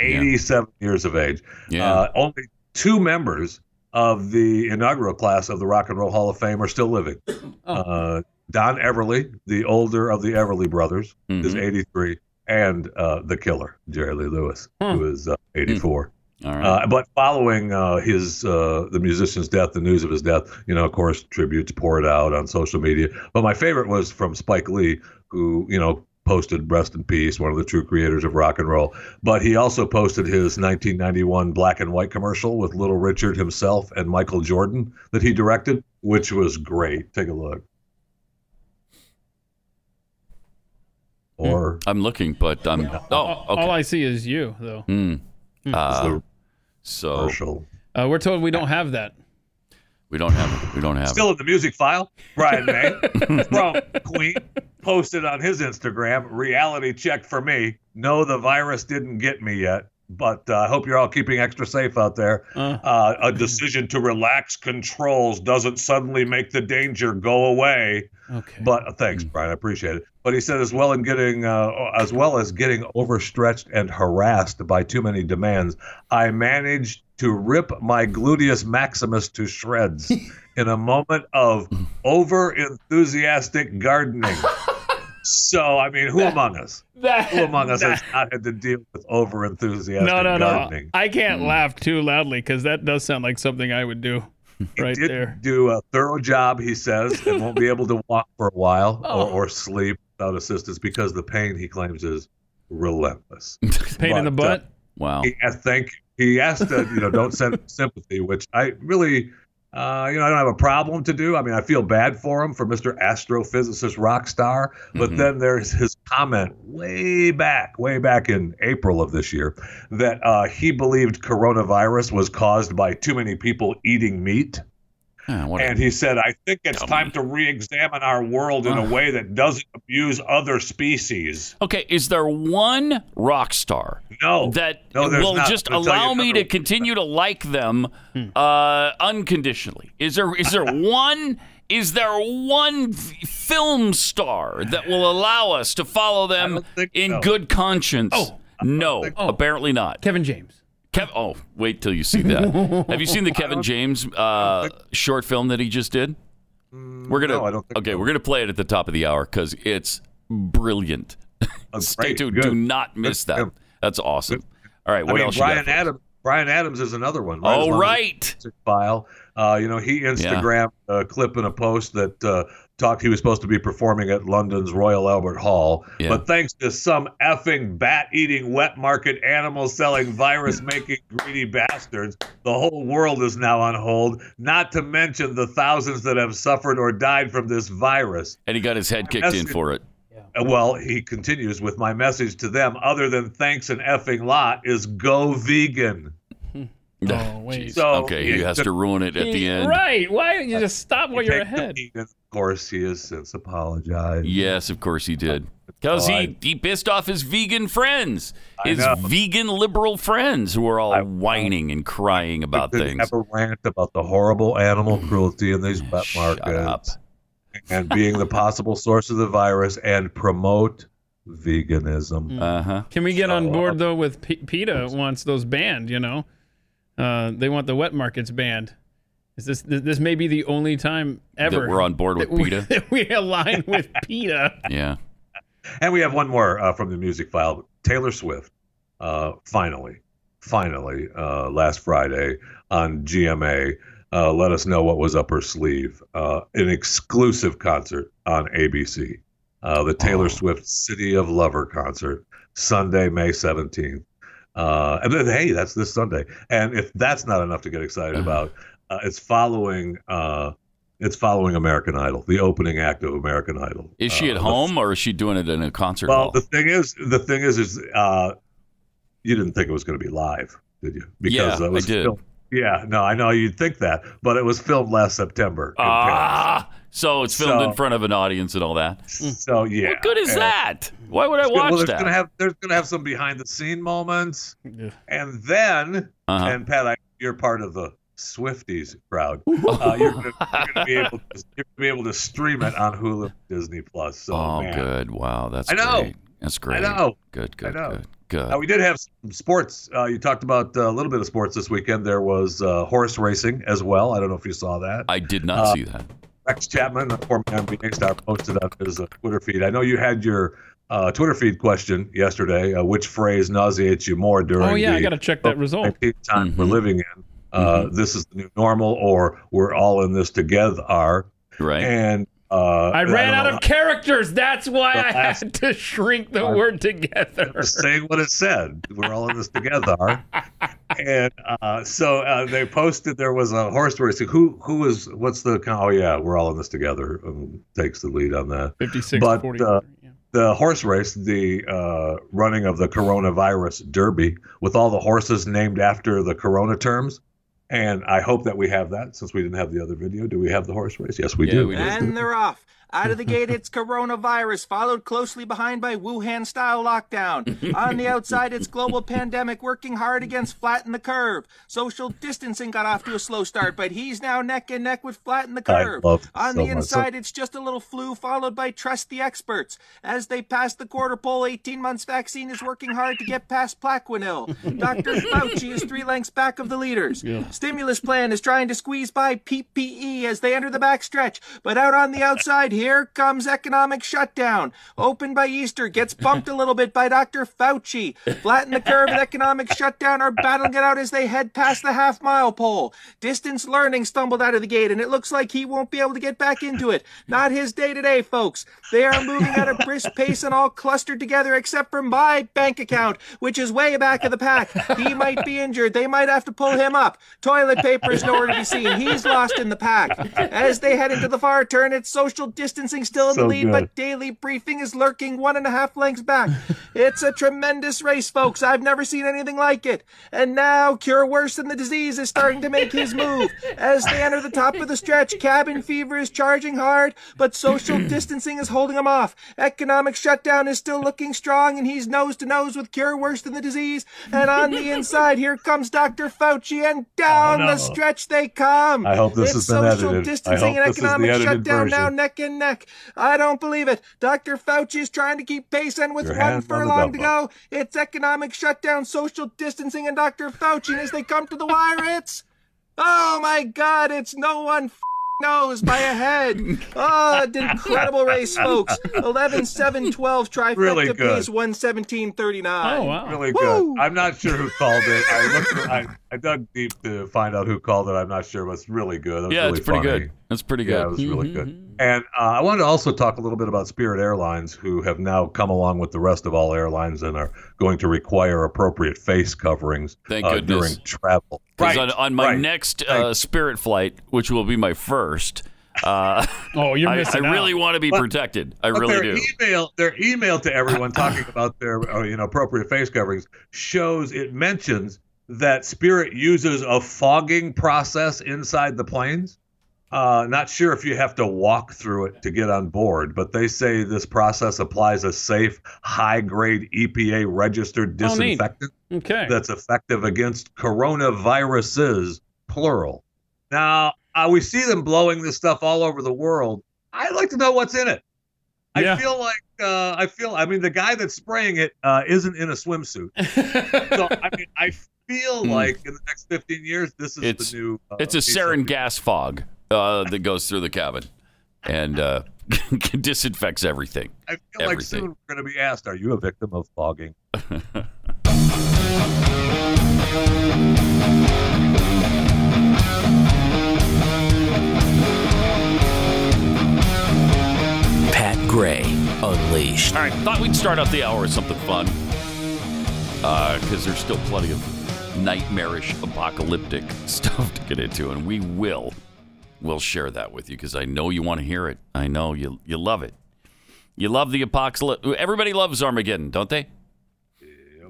87 years of age. Yeah. Uh, only two members of the inaugural class of the Rock and Roll Hall of Fame are still living. Oh. Uh, Don Everly, the older of the Everly brothers, Mm-hmm. is 83, and uh, the killer, Jerry Lee Lewis, who is uh, 84. All right. Uh, but following uh, his uh, the musician's death, the news of his death, you know, of course, tributes poured out on social media. But my favorite was from Spike Lee, who you know posted "Rest in Peace," one of the true creators of rock and roll. But he also posted his 1991 black and white commercial with Little Richard himself and Michael Jordan that he directed, which was great. Take a look. Or Hmm. I'm looking, but I'm. Oh, okay. All I see is you, though. Hmm. Uh, the so Uh, we're told we don't have that. we don't have it. We don't have Still in the music file, Brian May from Queen posted on his Instagram, reality check for me. No, the virus didn't get me yet, but uh, I hope you're all keeping extra safe out there. Uh, a decision to relax controls doesn't suddenly make the danger go away. Okay. Hmm. But uh, thanks, Brian. I appreciate it. But he said as well in getting uh, as well as getting overstretched and harassed by too many demands, I managed to rip my gluteus maximus to shreds in a moment of over enthusiastic gardening. so I mean, who among us? that- who among us that- has not had to deal with over enthusiastic No, no, no. gardening? Hmm. I can't laugh too loudly because that does sound like something I would do. Right there. do a thorough job, he says, and Oh. won't be able to walk for a while or, or sleep without assistance because the pain he claims is relentless. uh, Pain in the butt? wow. He asked, thank you. He asked to, you know, don't send sympathy, which I really, uh, you know, I don't have a problem to do. I mean, I feel bad for him, for Mr. Astrophysicist Rockstar. But then there's his comment way back, way back in April of this year that uh, he believed coronavirus was caused by too many people eating meat. and he said, I think it's time to re examine our world in a way that doesn't abuse other species. Okay, is there one rock star no, that No, there's will not. just I'll tell you allow me another to continue to like them Hmm. uh, unconditionally? Is there is there one is there one f- film star that will allow us to follow them in so. good conscience? Oh, no, apparently not. Kevin James. Kev- oh, wait till you see that. Have you seen the Kevin James uh, short film that he just did? We're gonna okay. We're gonna play it at the top of the hour because it's brilliant. Stay Oh, great. tuned. Good. Do not miss that. That's awesome. All right. What I mean, else? you got Brian for us? Adams. Brian Adams is another one. Oh, As long as right. it's a File. Uh, you know, he Instagrammed a clip and a post that uh, talked he was supposed to be performing at London's Royal Albert Hall, Yeah. but thanks to some effing bat-eating, wet market, animal-selling, virus-making, greedy bastards, the whole world is now on hold. Not to mention the thousands that have suffered or died from this virus. And he got his head kicked in message- for it. Uh, Well, he continues with my message to them, other than thanks an effing lot, is go vegan. Oh, wait. So, okay, he yeah, has the- to ruin it at the end. Right. Why don't you just stop while you're Take the ahead? vegan. Of course, he has since apologized. Yes, of course he did. Because Oh, he, he pissed off his vegan friends, I his know. vegan liberal friends who are all whining and crying about Did things. have a rant about the horrible animal cruelty in these wet markets and being the possible source of the virus and promote veganism. Uh huh. Can we get on uh, board though with P- PETA wants those banned? You know, uh, they want the wet markets banned. Is this th- this may be the only time ever That we're on board with that we- PETA. that we align with PETA? Yeah. And we have one more uh, from the music file. Taylor Swift, uh, finally, finally, uh, last Friday on GMA, uh, let us know what was up her sleeve. Uh, an exclusive concert on ABC, uh, the Taylor Swift City of Lover concert, Sunday, May 17th. Uh, and then, hey, that's this Sunday. And if that's not enough to get excited about, uh, it's following. Uh, it's following American Idol, the opening act of American Idol. Is she at home or is she doing it in a concert uh, Well, hall? the thing is, the thing is, is uh, you didn't think it was going to be live, did you? Yeah, it was I did. filmed- yeah, no, I know you'd think that, but it was filmed last September. in Ah, so it's filmed So- in front of an audience and all that. Paris. So yeah, What good is and- that? Why would I Well, watch there's that? Gonna have, there's going to have some behind the scene moments, and then, Uh-huh. and Pat, I, you're part of the Swifties crowd. Uh, you're going to be able, to, you're gonna be able to stream it on Hulu, and Disney Plus. So oh, man. good. Wow, that's I know. great. That's great. know. Good, I good, know. good, good. Uh, we did have some sports. Uh, you talked about uh, a little bit of sports this weekend. There was uh, horse racing as well. I don't know if you saw that. I did not Uh, see that. Rex Chapman, the former NBA star, posted on his uh, Twitter feed. I know you had your uh, Twitter feed question yesterday. Uh, which phrase nauseates you more during? Oh, yeah, I the gotta check that result. COVID-19 Time we're Mm-hmm. living in. Uh, This is the new normal, or we're all in this together. Are right. And uh, I ran don't out know of characters. That's why The I last- had to shrink the Uh, word together. just saying what it said. We're all in this together. and uh, so uh, they posted there was a horse race. Who who was what's the oh yeah we're all in this together um, takes the lead on that. 56, but 40, uh, the horse race, the uh, running of the coronavirus derby with all the horses named after the corona terms. And I hope that we have that since we didn't have the other video. Do we have the horse race? Yes, we do. And they're off. Out of the gate, it's coronavirus, followed closely behind by Wuhan style lockdown. On the outside, it's global pandemic working hard against Flatten the Curve. Social distancing got off to a slow start, but he's now neck and neck with Flatten the I Curve. love On so the much. inside, it's just a little flu, followed by Trust the Experts. As they pass the quarter pole, 18 months vaccine is working hard to get past Plaquenil. Dr. Fauci is three lengths back of the leaders. E Stimulus plan is trying to squeeze by PPE as they enter the backstretch, but out on the outside, Here comes economic shutdown. Open by Easter. Gets bumped a little bit by Dr. Fauci. Flatten the curve and economic shutdown are battling it out as they head past the half mile pole. Distance learning stumbled out of the gate, and it looks like he won't be able to get back into it. Not his day today, folks. They are moving at a brisk pace and all clustered together, except for my bank account, which is way back of the pack. He might be injured. They might have to pull him up. Toilet paper is nowhere to be seen. He's lost in the pack. As they head into the far turn, it's social distancing still in So the lead, good. but daily briefing is lurking one and a half lengths back. It's a tremendous race, folks. I've never seen anything like it. And now, cure worse than the disease is starting to make his move. As they enter the top of the stretch, cabin fever is charging hard, but social distancing is holding him off. Economic shutdown is still looking strong, and he's nose to nose with cure worse than the disease. And on the inside, here comes Dr. Fauci, and down Oh, no. the stretch they come. I hope this um, has it's been social edited. I distancing hope and this is the economic edited shutdown now version. neck and neck. I don't believe it. Dr. Fauci is trying to keep pace, and with Your one hand on the furlong to dumbbell. go, it's economic shutdown, social distancing, and Dr. Fauci. And as they come to the wire, it's oh my God, it's no one. F- knows by a head. Oh, an incredible race, folks. 11 7 12 trifecta Really good. pace 117 39. Oh, Really Woo! good. I'm not sure who called it. I looked. I, I dug deep to find out who called it. I'm not sure, but it's really good. That was Yeah, really it's pretty funny. good. That's pretty good. Yeah, it was really good. And uh, I wanted to also talk a little bit about Spirit Airlines, who have now come along with the rest of all airlines and are going to require appropriate face coverings Thank uh, goodness. during travel. 'Cause On, on my next uh, Spirit flight, which will be my first. Uh, oh, you're I, missing I out. really want to be But- protected. I But really their do. Email, their email to everyone talking about their uh, you know appropriate face coverings shows it mentions that Spirit uses a fogging process inside the planes. Uh, not sure if you have to walk through it to get on board, but they say this process applies a safe, high-grade EPA registered Oh, neat. disinfectant Okay. that's effective against coronaviruses, plural. Now, uh, we see them blowing this stuff all over the world. I'd like to know what's in it. I feel like uh, I feel. I mean, the guy that's spraying it uh, isn't in a swimsuit. so I mean, I feel like in the next 15 years, this is Hmm. It's the new. Uh, it's a piece of- sarin gas fog uh, that goes through the cabin and uh, disinfects everything. I feel like soon everything. we're going to be asked, "Are you a victim of fogging?" Pat Gray Unleashed. All right, thought we'd start out the hour with something fun because there's still plenty of nightmarish, apocalyptic stuff to get into, and we will will share that with you because I know you want to hear it. I know you you love it. You love the apocalypse. Everybody loves Armageddon, don't they?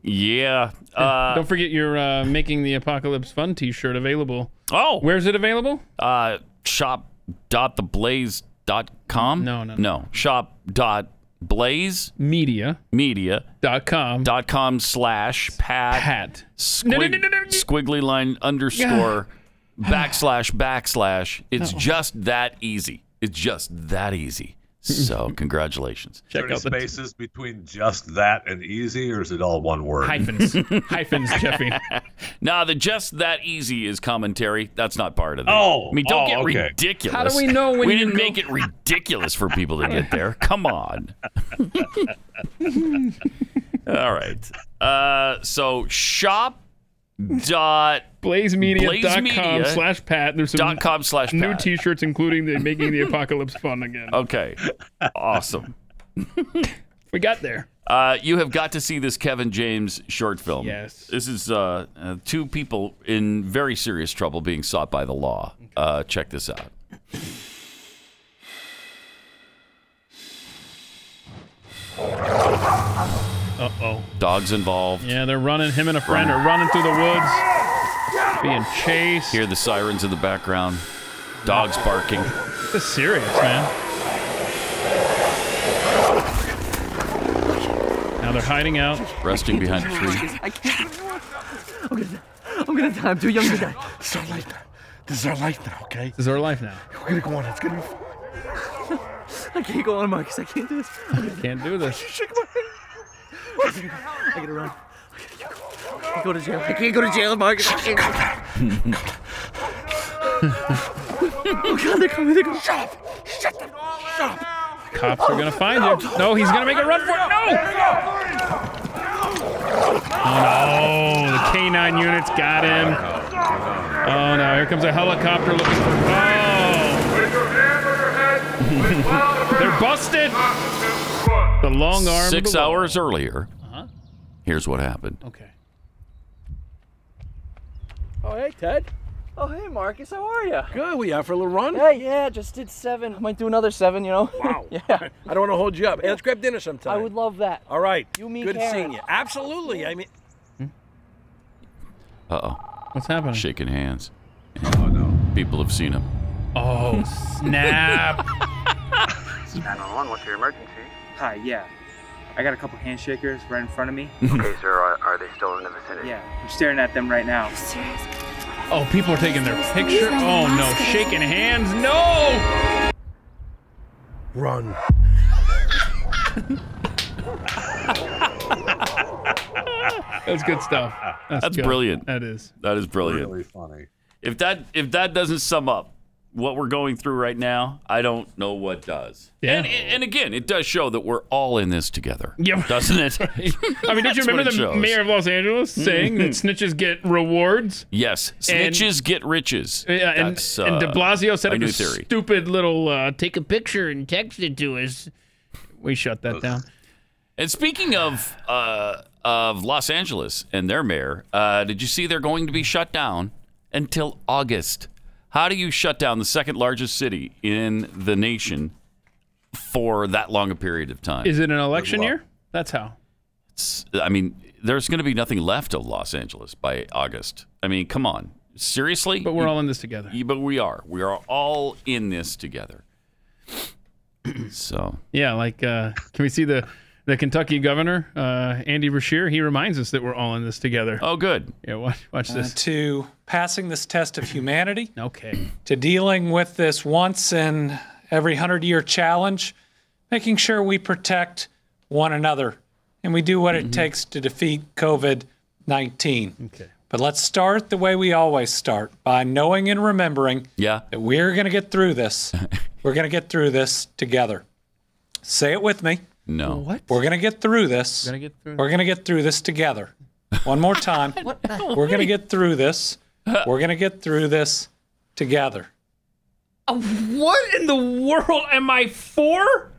Yeah. Uh, Don't forget you're uh, making the Apocalypse Fun T-shirt available. Oh, where's it available? Uh, shop.theblaze.com? No, no, no. No, shop.blaze media media dot com dot com slash pat pat squig, squiggly line underscore backslash backslash. It's just that easy. It's just that easy. So congratulations. Check out spaces between just that and easy, or is it all one word? Hyphens. Hyphens, Jeffy. Now the just that easy is commentary. That's not part of it. Oh, I mean, don't oh, get okay. ridiculous. How do we know when we you didn't go- make it ridiculous for people to get there? Come on. All right. Uh, so shop dot Blazemedia.com blazemedia slash pat. There's some dot com slash new Pat. Uh, T-shirts, including the making the apocalypse fun again. Okay. Awesome. We got there. Uh, you have got to see this Kevin James short film. Yes. This is uh, uh, two people in very serious trouble being sought by the law. Uh, check this out. Uh oh. Dogs involved. Yeah, they're running. Him and a friend are running through the woods. Being chased. Hear the sirens in the background. Dogs barking. This is serious, man. Now they're hiding out. Resting behind a tree. I can't. I'm gonna, I'm gonna die. I'm too young to die. This is our life now. This is our life now, okay? This is our life now. We're gonna go on. It's gonna be fine. I can't go on, Marcus. I can't do this. I'm gonna Can't do this. shake my head. I gotta run. I can't go to jail. I can't go to jail, Marcus. I can't go Oh, God, they're coming. They're coming. Shut up. Shut up. Shut up. Cops are gonna find you. No, he's gonna make a run for it. No! Oh no! The K9 units got him. Oh no! Here comes a helicopter looking for. Oh! They're busted. The long arm. of Six the law. Uh-huh. hours earlier, here's what happened. Okay. Oh, hey, Ted. Oh, hey, Marcus. How are you? Good. We out for a little run? Yeah, yeah. Just did seven. I might do another seven. You know. Wow. yeah. I don't want to hold you up. Hey, let's grab dinner sometime. I would love that. All right. You, me, Good Karen. seeing you. Absolutely. I mean, Uh oh. What's happening? Shaking hands. Oh no. People have seen him. Oh snap! what's your emergency? Hi, yeah. I got a couple handshakers right in front of me. okay, sir, are, are they still in the vicinity? Yeah, I'm staring at them right now. Oh, people are taking their picture. Oh no! Shaking hands. No! Run. That's good stuff. That's, That's good. brilliant. That is. That is brilliant. Really funny. If that if that doesn't sum up what we're going through right now, I don't know what does. Yeah. And, and again, it does show that we're all in this together. Yeah. Doesn't it? I mean, did you That's what remember it the shows. Hmm. mayor of Los Angeles saying that snitches get rewards? yes. And- Snitches get riches. Yeah, and, That's, and De uh, Blasio set a up new this theory. stupid little uh, take a picture and text it to us. We shut that down. And speaking of uh, of Los Angeles and their mayor, uh, did you see they're going to be shut down until August? How do you shut down the second largest city in the nation for that long a period of time? Is it an election year? That's how. It's- I mean, there's going to be nothing left of Los Angeles by August. I mean, come on, seriously. But we're all in this together. But we are. We are all in this together. So Yeah, like uh, can we see the the Kentucky governor uh, Andy Bashir? He reminds us that we're all in this together. Oh, good. Yeah, watch watch Uh, this. to passing this test of humanity. okay. To dealing with this once in every hundred year challenge, making sure we protect one another and we do what Mm-hmm. it takes to defeat COVID 19. Okay. But let's start the way we always start by knowing and remembering yeah. that we're going to get through this. we're going to get through this together. Say it with me. No. What? We're going to get through this. We're gonna get through We're going to get through this together. One more time. We're going to get through this. We're going to get through this together. Uh, What in the world am I for?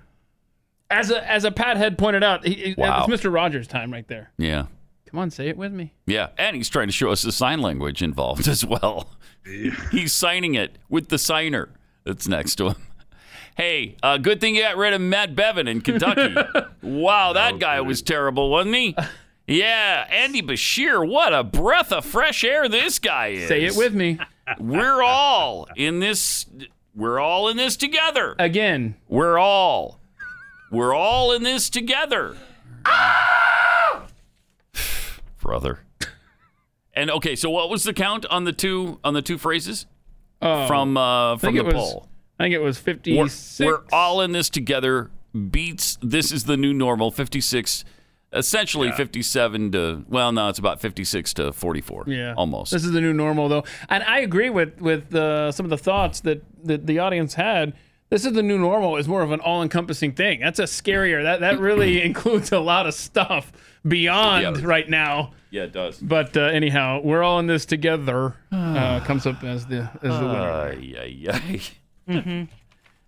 As a as a Pat had pointed out, he, it- Wow. it was Mr. Rogers' time right there. Yeah. Come on, say it with me. Yeah, and he's trying to show us the sign language involved as well. he's signing it with the signer that's next to him. Hey, uh, good thing you got rid of Matt Bevin in Kentucky. wow, that guy was terrible, wasn't he? Yeah, Andy Bashir, what a breath of fresh air this guy is. Say it with me. We're all in this. We're all in this together. Again. We're all. We're all in this together. Ah! Brother. And okay, so what was the count on the two on the two phrases Oh, from uh, I think from the it was- poll? I think it was We're, 56. we're all in this together. Beats this is the new normal. Fifty six, essentially fifty seven to well, no, it's about fifty six to forty four. yeah, almost. This is the new normal, though, and I agree with with uh, some of the thoughts that, that the audience had. This is the new normal is more of an all encompassing thing. That's a scarier. That that really includes a lot of stuff beyond Yeah. right now. yeah, it does. But uh, anyhow, we're all in this together. Uh, comes up as the as the winner. Ay, ay, ay.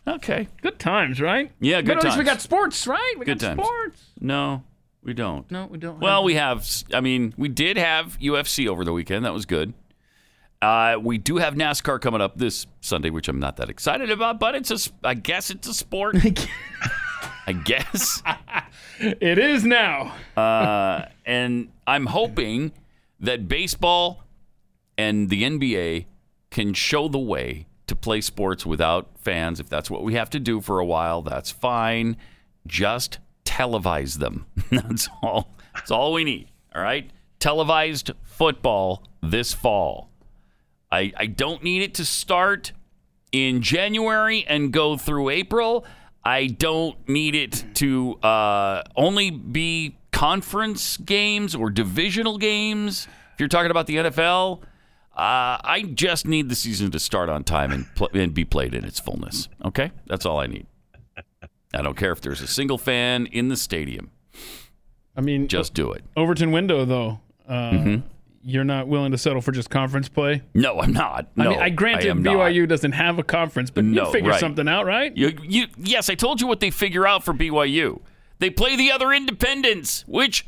Okay, good times, right? Yeah, But good at least we times. got sports, right? We Good got times. sports. No, we don't. No, we don't. Well, we have. I mean, we did have UFC over the weekend. That was good. Uh, we do have NASCAR coming up this Sunday, which I'm not that excited about, but it's a. s- I guess it's a sport. I guess it is now. Uh, and I'm hoping that baseball and the NBA can show the way to play sports without fans. If that's what we have to do for a while, that's fine. Just televise them. that's all. That's all we need. All right. Televised football this fall. I, I don't need it to start in January and go through April. I don't need it to uh, only be conference games or divisional games. If you're talking about the NFL, uh, I just need the season to start on time and, pl- and be played in its fullness. Okay? That's all I need. I don't care if there's a single fan in the stadium. I mean, just do it. Overton window though. Uh, Mhm. You're not willing to settle for just conference play. No, I'm not. No, I mean, I granted am not. BYU doesn't have a conference, but No, you figure right. something out, right? You, you, yes, I told you what they figure out for BYU. They play the other independents, which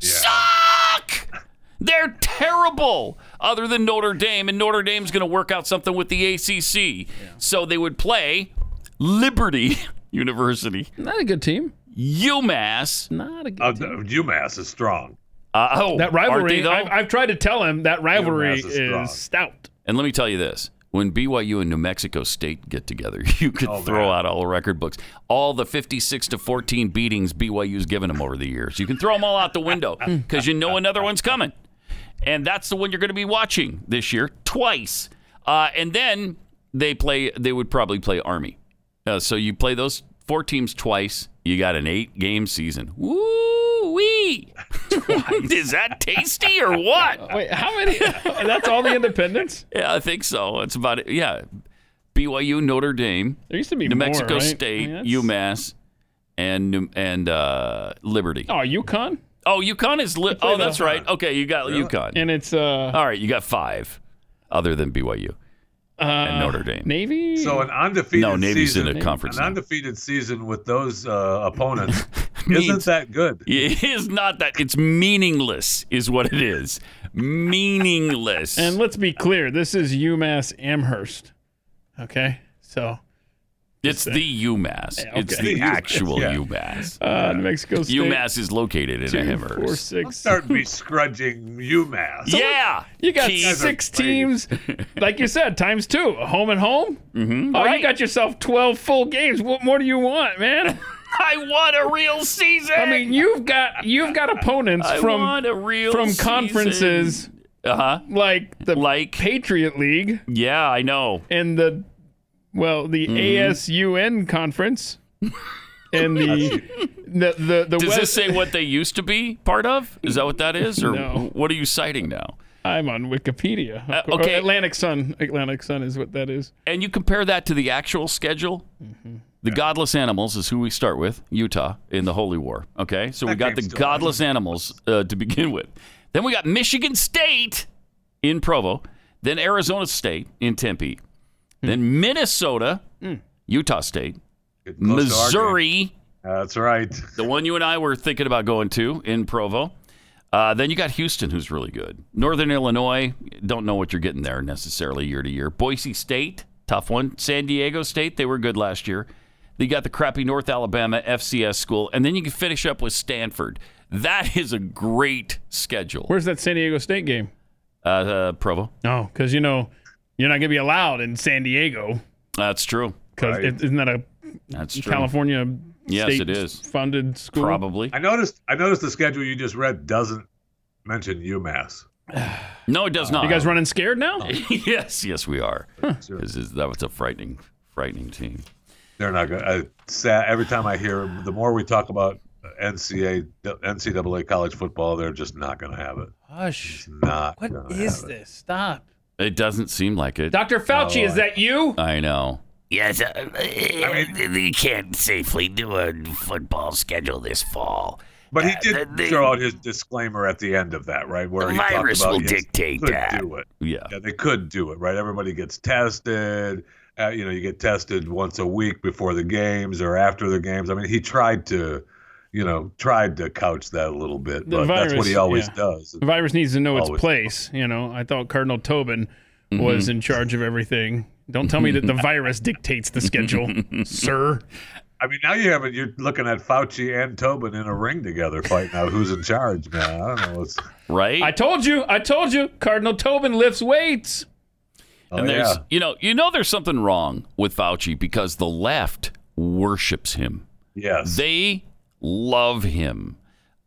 suck. They're terrible. Other than Notre Dame, and Notre Dame's going to work out something with the ACC, so they would play Liberty University, Not a good team. UMass. Not a Uh, UMass is strong. Uh, oh, that aren't they, rivalry. though? I've, I've tried to tell him that rivalry UMass is strong. is stout. And let me tell you this. When BYU and New Mexico State get together, you could Oh, throw out all the record books, all the 56 to 14 beatings BYU's given them over the years. You can throw them all out the window because you know another one's coming. And that's the one you're going to be watching this year twice. Uh, and then they play, they would probably play Army. Uh, so you play those four teams twice. You got an eight game season. Woo wee! Is that tasty or what? Wait, how many? that's all the independents? Yeah, I think so. That's about it. Yeah. BYU, Notre Dame. There used to be New more, Mexico right? State, I mean, UMass, and New- and uh, Liberty. Oh, UConn? Oh, UConn is. Li- play oh, that's the- right. Okay, you got UConn. And it's uh, All right, you got five other than BYU and Notre Dame. Uh, Navy. So an undefeated No, Navy's season, in a conference. An now. undefeated season with those uh, opponents isn't Means- that good? It is not that. It's meaningless, is what it is. Meaningless. And let's be clear, this is UMass Amherst. Okay, so it's the UMass. Yeah, It's okay. the actual Yeah. UMass. uh, New Mexico State. UMass is located in two, Amherst. four, six. Don't start bescrudging UMass. So yeah, You got Keith. six teams, like you said, times two, home and home. Mm-hmm. Oh, you got yourself twelve full games. What more do you want, man? I want a real season. I mean, you've got you've got opponents I from want a real from season. conferences Uh-huh. like the like Patriot League Yeah, I know. Mm-hmm. and the well the ASUN conference and the the the, the Does West. this say what they used to be part of? Is that what that is, or No. what are you citing now? I'm on Wikipedia. Uh, okay, okay. Atlantic Sun. Atlantic Sun is what that is. And you compare that to the actual schedule. Mm-hmm. The Godless Animals is who we start with, Utah in the Holy War. Okay, so we That got the game's still on. Godless Animals uh, to begin with. Then we got Michigan State in Provo. Then Arizona State in Tempe. Hmm. Then Minnesota, Utah State, close to our game. Missouri. That's right. The one you and I were thinking about going to in Provo. Uh, then you got Houston, who's really good. Northern Illinois, don't know what you're getting there necessarily year to year. Boise State, tough one. San Diego State, they were good last year. Then You got the crappy North Alabama FCS school, and then you can finish up with Stanford. That is a great schedule. Where's that San Diego State game? Uh, uh, Provo, No, because you know you're not gonna be allowed in San Diego that's true. because isn't that a That's true. California Yes, state it is. funded school? Probably. I noticed. I noticed the schedule you just read doesn't mention UMass. No, it does not. You guys running scared now? yes, yes, we are. This is- that was a frightening, frightening team. They're not good. I, sad, every time I hear, the more we talk about NCAA, NCAA college football, they're just not going to have it. Hush. Not. What gonna is have it. this? Stop. It doesn't seem like it. Dr. Fauci, Oh, is that you? I know. Yes, uh, you can't safely do a football schedule this fall. But he Uh, did the- throw out his disclaimer at the end of that, right? Where The he talked virus about, will yes, dictate could that. Do it. Yeah. Yeah, they could do it, right? Everybody gets tested. Uh, you know, you get tested once a week before the games or after the games. I mean, he tried to, you know, tried to couch that a little bit, The but that's what virus, he always yeah. does. The virus needs to know its Always. place. You know, I thought Cardinal Tobin Mm-hmm. was in charge of everything. Don't tell me that the virus dictates the schedule, sir. I mean, now you have it. You're looking at Fauci and Tobin in a ring together, fighting out who's in charge, man. I don't know. It's, Right? I told you, I told you, Cardinal Tobin lifts weights. oh, and there's yeah. you know you know there's something wrong with Fauci because the left worships him. Yes. They love him.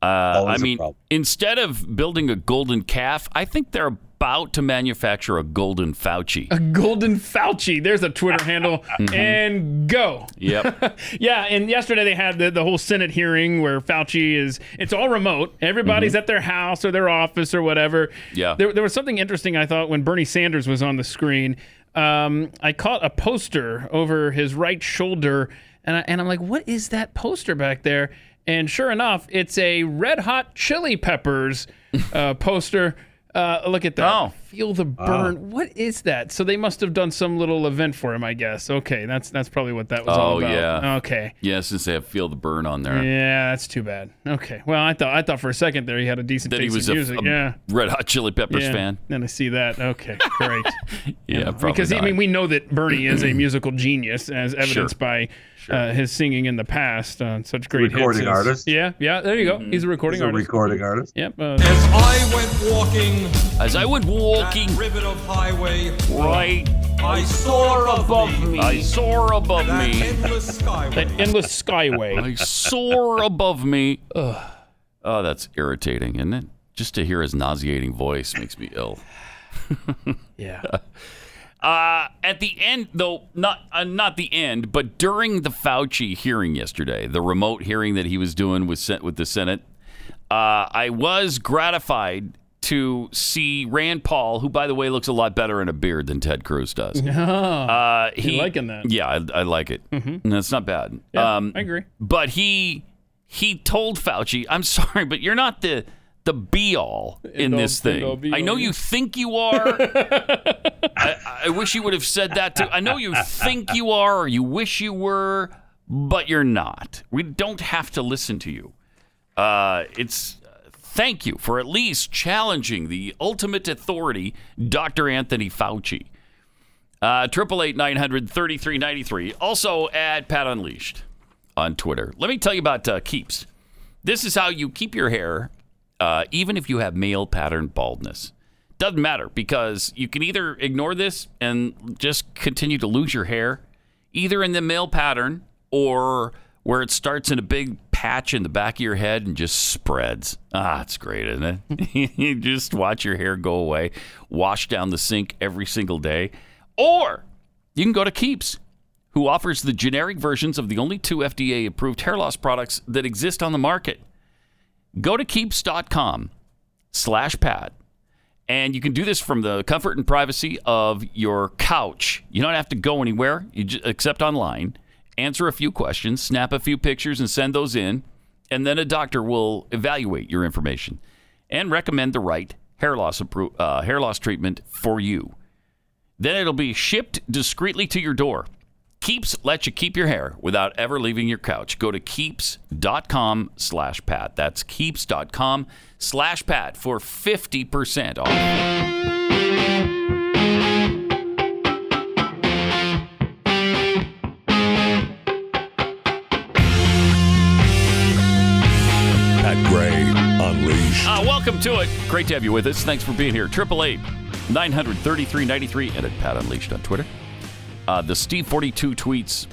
Uh, I Always a mean, problem. instead of building a golden calf, I think they're about to manufacture a golden Fauci. A golden Fauci. There's a Twitter handle. And go. Mm-hmm. Yep. Yeah, and yesterday they had the, the whole Senate hearing where Fauci is, it's all remote. Everybody's at their house or their office or whatever. Mm-hmm. Yeah. There, there was something interesting I thought when Bernie Sanders was on the screen. Um, I caught a poster over his right shoulder and I, and I'm like, what is that poster back there? And sure enough, it's a Red Hot Chili Peppers uh, poster. Uh, look at that. Oh. Feel the burn. What is that? So they must have done some little event for him, I guess. Okay, that's that's probably what that was all oh about. yeah. Okay. Mm, Yeah, since they have feel the burn on there. Yeah, that's too bad. Okay. Well, I thought I thought for a second there he had a decent That he taste was in a, music. a yeah. Red Hot Chili Peppers yeah. fan. Then I see that. Okay, great. Yeah, probably because I not. mean we know that Bernie is a musical genius, as evidenced by uh, his singing in the past on such great Recording hits. as- artist. Yeah, yeah. There you go. Mm-hmm. He's a recording He's a artist. recording artist. Yep. Uh, I went walking. As I went walking. That ribbon of highway. Right. I saw above me. I soar above that me. endless skyway. that endless skyway. I soar above me. Ugh. Oh, that's irritating, isn't it? Just to hear his nauseating voice makes me ill. yeah. Uh, at the end, though, not uh, not the end, but during the Fauci hearing yesterday, the remote hearing that he was doing with sent with the Senate, uh, I was gratified to see Rand Paul, who, by the way, looks a lot better in a beard than Ted Cruz does. uh, he- Oh, liking that? Mm-hmm. Yeah, I, I like it. And That's not bad. Um, Yeah, I agree. But he he told Fauci, "I'm sorry, but you're not the the be all in End all- this end all, thing. be I know all, you yeah." think you are. I, I wish you would have said that too. I know you think you are, or you wish you were, but you're not. We don't have to listen to you. Uh, it's." Thank you for at least challenging the ultimate authority, Dr. Anthony Fauci. Uh, Triple eight nine hundred thirty three ninety three. Also at Pat Unleashed on Twitter. Let me tell you about uh, Keeps. This is how you keep your hair, uh, even if you have male pattern baldness. Doesn't matter because you can either ignore this and just continue to lose your hair, either in the male pattern or where it starts in a big patch in the back of your head and just spreads. Ah, it's great, isn't it? you just watch your hair go away, wash down the sink every single day. Or you can go to Keeps, who offers the generic versions of the only two FDA approved hair loss products that exist on the market. Go to keeps.com slash Pat, and you can do this from the comfort and privacy of your couch. You don't have to go anywhere you ju- except online. Answer a few questions, snap a few pictures, and send those in, and then a doctor will evaluate your information and recommend the right hair loss, appro- uh, hair loss treatment for you. Then it'll be shipped discreetly to your door. Keeps lets you keep your hair without ever leaving your couch. Go to keeps.com slash pat. That's keeps.com slash pat for 50% off. Pat Gray Unleashed. Uh, welcome to it. Great to have you with us. Thanks for being here. 888 933 93 and at Pat Unleashed on Twitter. Uh, the Steve 42 tweets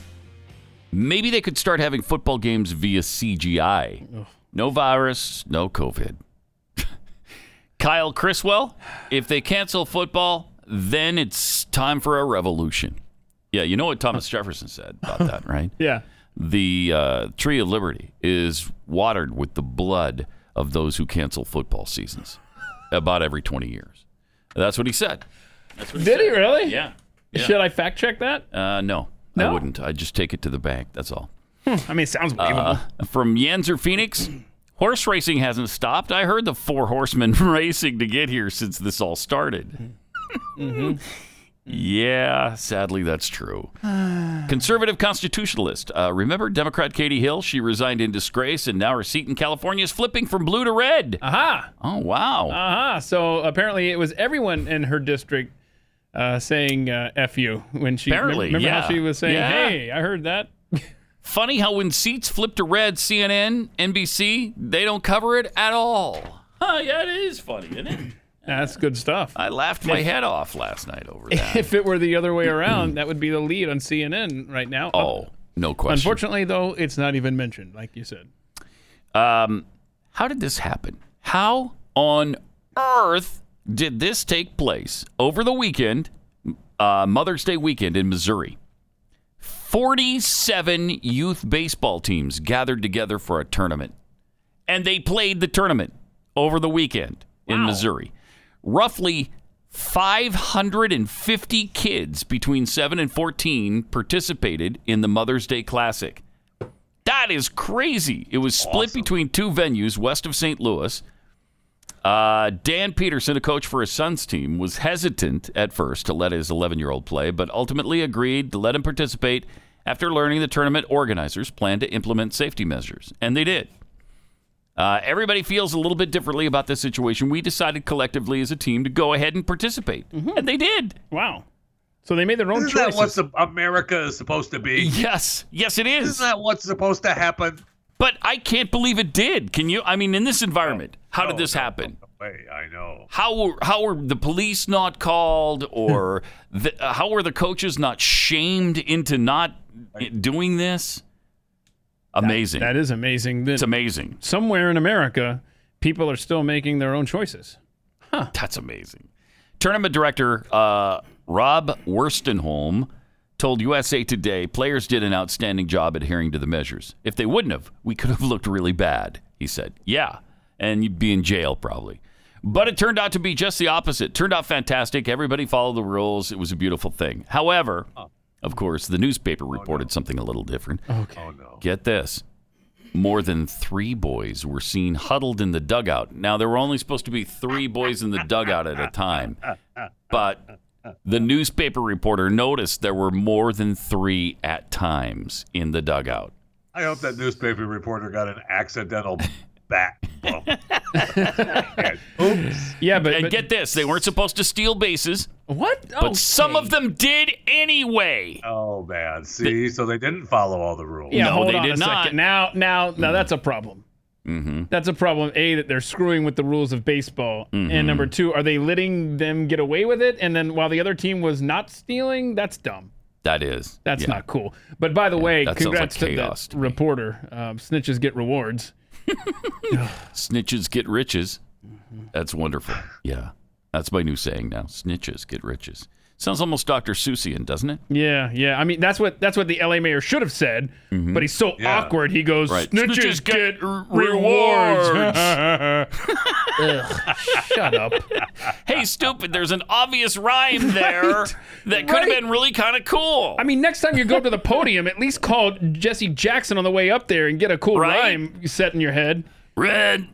maybe they could start having football games via CGI. No virus, no COVID. Kyle Criswell, if they cancel football, then it's time for a revolution. Yeah, you know what Thomas Jefferson said about that, right? Yeah. The uh, Tree of Liberty is watered with the blood of those who cancel football seasons about every 20 years. That's what he said. That's what he Did he said. really? Yeah. Yeah. Should I fact check that? Uh, no, I No? wouldn't. I'd just take it to the bank. That's all. Hmm, I mean, it sounds believable. Uh, from Yenzer Phoenix, horse racing hasn't stopped. I heard the four horsemen racing to get here since this all started. Mm-hmm. Yeah, sadly, that's true. Conservative constitutionalist. Uh, remember Democrat Katie Hill? She resigned in disgrace, and now her seat in California is flipping from blue to red. Aha. Oh, wow. Aha. Uh-huh. So apparently it was everyone in her district uh, saying uh, F you when she Apparently, remember yeah. how she was saying, Yeah. Hey, I heard that. Funny how when seats flip to red, CNN, NBC, they don't cover it at all. Oh, yeah, it is funny, isn't it? That's good stuff. I laughed my head off last night over that. If it were the other way around, that would be the lead on CNN right now. Oh, no question. Unfortunately, though, it's not even mentioned, like you said. Um, how did this happen? How on earth did this take place over the weekend, uh, Mother's Day weekend in Missouri? 47 youth baseball teams gathered together for a tournament, and they played the tournament over the weekend in Missouri. Roughly 550 kids between 7 and 14 participated in the Mother's Day Classic. That is crazy. It was split between two venues west of St. Louis. Uh, Dan Peterson, a coach for his son's team, was hesitant at first to let his 11 year old play, but ultimately agreed to let him participate after learning the tournament organizers plan to implement safety measures. And they did. Uh, everybody feels a little bit differently about this situation. We decided collectively as a team to go ahead and participate. Mm-hmm. And they did. Wow. So they made their own Isn't that what the- America is supposed to be? Yes. Yes, it is. Isn't that what's supposed to happen? But I can't believe it did. Can you? I mean, in this environment, how did this happen? Hey, I know. How were how were the police not called, or the, uh, how were the coaches not shamed into not i- doing this? Amazing. That is amazing. That it's amazing. somewhere in America, people are still making their own choices. That's amazing. Tournament director uh, Rob Worstenholm told USA Today players did an outstanding job adhering to the measures. If they wouldn't have, we could have looked really bad, he said. Yeah, and you'd be in jail probably. But it turned out to be just the opposite. Turned out fantastic. Everybody followed the rules. It was a beautiful thing. However, of course, the newspaper reported something a little different. Okay. Get this. More than three boys were seen huddled in the dugout. Now, there were only supposed to be three boys in the dugout at a time, but the newspaper reporter noticed there were more than three at times in the dugout. I hope that newspaper reporter got an accidental bat bump. Oops. Yeah, but, and get this they weren't supposed to steal bases, What? but some of them did anyway. Oh man, see, so they didn't follow all the rules. Yeah, No, hold they on did a not. Mm. second. Now, now, now that's a problem. Mm-hmm. That's a problem. A that they're screwing with the rules of baseball, Mhm. and number two, are they letting them get away with it? And then while the other team was not stealing, that's dumb. That is. That's yeah. not cool. But by the way, that sounds congrats like to chaos the reporter. Um, snitches get rewards. Snitches get riches. That's wonderful. Yeah. That's my new saying now. Snitches get riches. Sounds almost Dr. Seussian, doesn't it? Yeah, yeah. I mean, that's what that's what the LA mayor should have said. Mhm. But he's so Yeah. awkward. He goes, Right. "Snitches, Snitches get, get r- rewards." rewards." Ugh, shut up. Hey, stupid, there's an obvious rhyme there that could have Right. been really kind of cool. I mean, next time you go to the podium, at least call Jesse Jackson on the way up there and get a cool Right? rhyme set in your head. Red,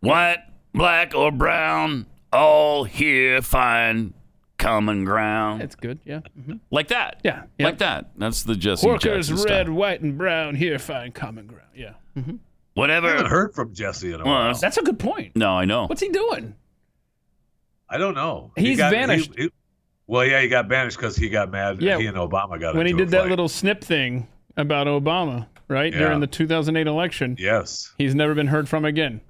white, black, or brown, all here find common ground. That's good, yeah. Mhm. Like that. Yeah, Like that. That's the Jesse Workers, Jackson Mm-hmm. red, style. white, and brown here find common ground. Yeah. Mhm. I Whatever. haven't heard from Jesse in a Well, while. that's- That's a good point. No, I know. What's he doing? I don't know. He's vanished. he- he- well, yeah, he got banished because he got mad. Yeah. Yeah, he and Obama got when he into did a that fight. little snip thing about Obama, right? Yeah. During the 2008 election. Yes. He's never been heard from again.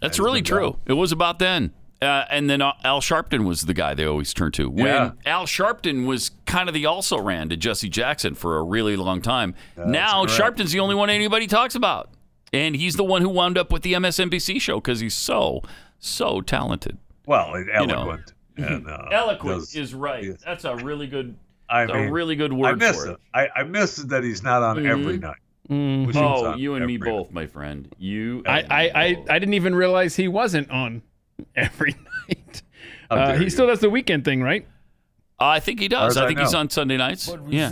That's That is really no true. doubt. It was about then. Uh, and then uh, Al Sharpton was the guy they always turn to. When Yeah. Al Sharpton was kind of the also ran to Jesse Jackson for a really long time. now correct. Sharpton's the only one anybody talks about. And he's the one who wound up with the MSNBC show because he's so, so talented. Well, and know. eloquent. and, uh, does- is right. That's a really good I that's mean, a really good I word miss for it. Mm-hmm. it. I, I miss that he's not on every night. Wish he was Oh, on you and me every Oh. both, my friend. You Mm-hmm. I, and I, me I, both. I didn't even realize he wasn't on every night. How Uh, dare he you. still does the weekend thing, right? I think he does. As I I think he's know. on Sunday nights. yeah.